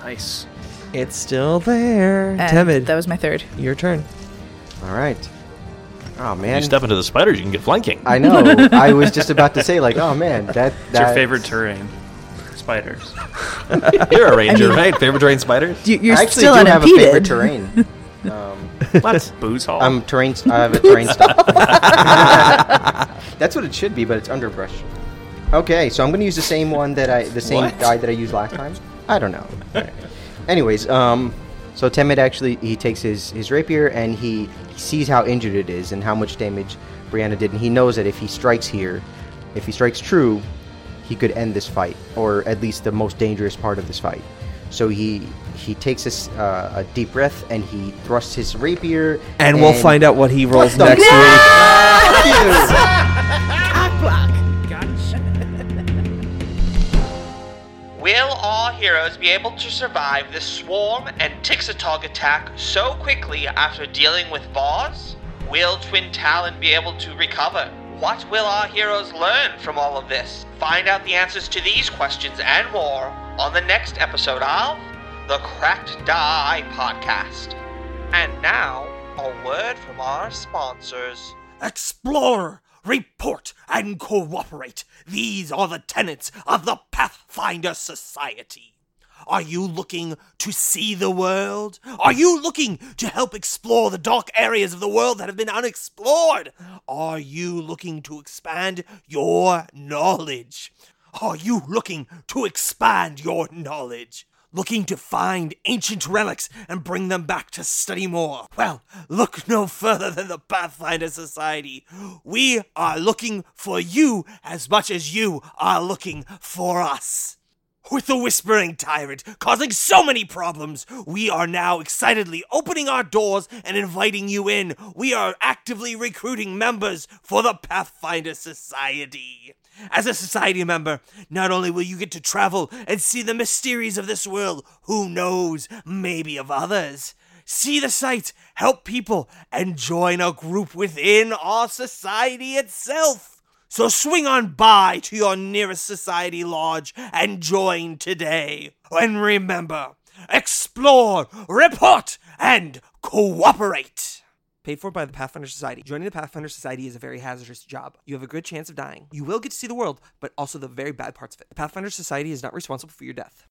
Speaker 6: Nice.
Speaker 2: It's still there.
Speaker 7: And
Speaker 2: Timid.
Speaker 7: That was my third.
Speaker 2: Your turn.
Speaker 5: All right. Oh,
Speaker 4: You
Speaker 5: man.
Speaker 4: step into the spiders, you can get flanking.
Speaker 5: I
Speaker 6: [LAUGHS]
Speaker 5: know. I was just about to say, like, oh, man, that.
Speaker 6: It's your
Speaker 5: that-
Speaker 6: favorite terrain. Spiders.
Speaker 4: You're a ranger, right? Favorite terrain spiders?
Speaker 7: You're
Speaker 5: I actually
Speaker 7: still
Speaker 5: do have a
Speaker 7: unimpeded. [LAUGHS]
Speaker 5: favorite terrain.
Speaker 6: What?
Speaker 5: [LAUGHS]
Speaker 6: Booze hall.
Speaker 5: I'm terrain. I have a
Speaker 7: [LAUGHS]
Speaker 5: terrain stop. [LAUGHS] That's what it should be, but it's underbrush. Okay, so I'm going to use the same one that I, the same
Speaker 4: What?
Speaker 5: guy that I used last time. I don't know. Anyways, um, so Temid actually he takes his his rapier and he, he sees how injured it is and how much damage Brianna did, and he knows that if he strikes here, if he strikes true, he could end this fight or at least the most dangerous part of this fight. So he he takes a, s- uh, a deep breath and he thrusts his rapier.
Speaker 13: And, we'll find out what he rolls
Speaker 5: the-
Speaker 13: next week.
Speaker 14: Will all heroes be able to survive the swarm and Tixatog attack so quickly after dealing with Boss? Will Twin Talon be able to recover? What will our heroes learn from all of this? Find out the answers to these questions and more on the next episode of the Cracked Die Podcast. And now, a word from our sponsors.
Speaker 2: Explore, report, and cooperate. These are the tenets of the Pathfinder Society. Are you looking to see the world? Are you looking to help explore the dark areas of the world that have been unexplored? Are you looking to expand your knowledge? Are you looking to expand your knowledge? Looking to find ancient relics and bring them back to study more? Well, look no further than the Pathfinder Society. We are looking for you as much as you are looking for us. With the whispering tyrant causing so many problems, we are now excitedly opening our doors and inviting you in. We are actively recruiting members for the Pathfinder Society. As a society member, not only will you get to travel and see the mysteries of this world, who knows, maybe of others, see the sights, help people, and join a group within our society itself. So swing on by to your nearest society lodge and join today. And remember, explore, report, and cooperate.
Speaker 13: Paid for by the Pathfinder Society. Joining the Pathfinder Society is a very hazardous job. You have a good chance of dying. You will get to see the world, but also the very bad parts of it. The Pathfinder Society is not responsible for your death.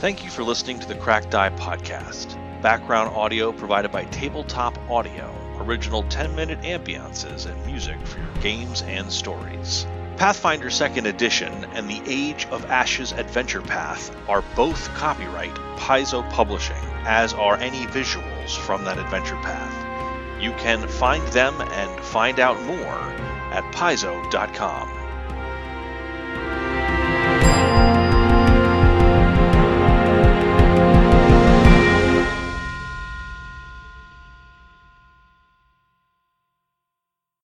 Speaker 1: Thank you for listening to the Crack Die Podcast. Background audio provided by Tabletop Audio, original 10 minute ambiances and music for your games and stories. Pathfinder 2nd Edition and the Age of Ashes Adventure Path are both copyright Paizo Publishing, as are any visuals from that adventure path. You can find them and find out more at paizo.com.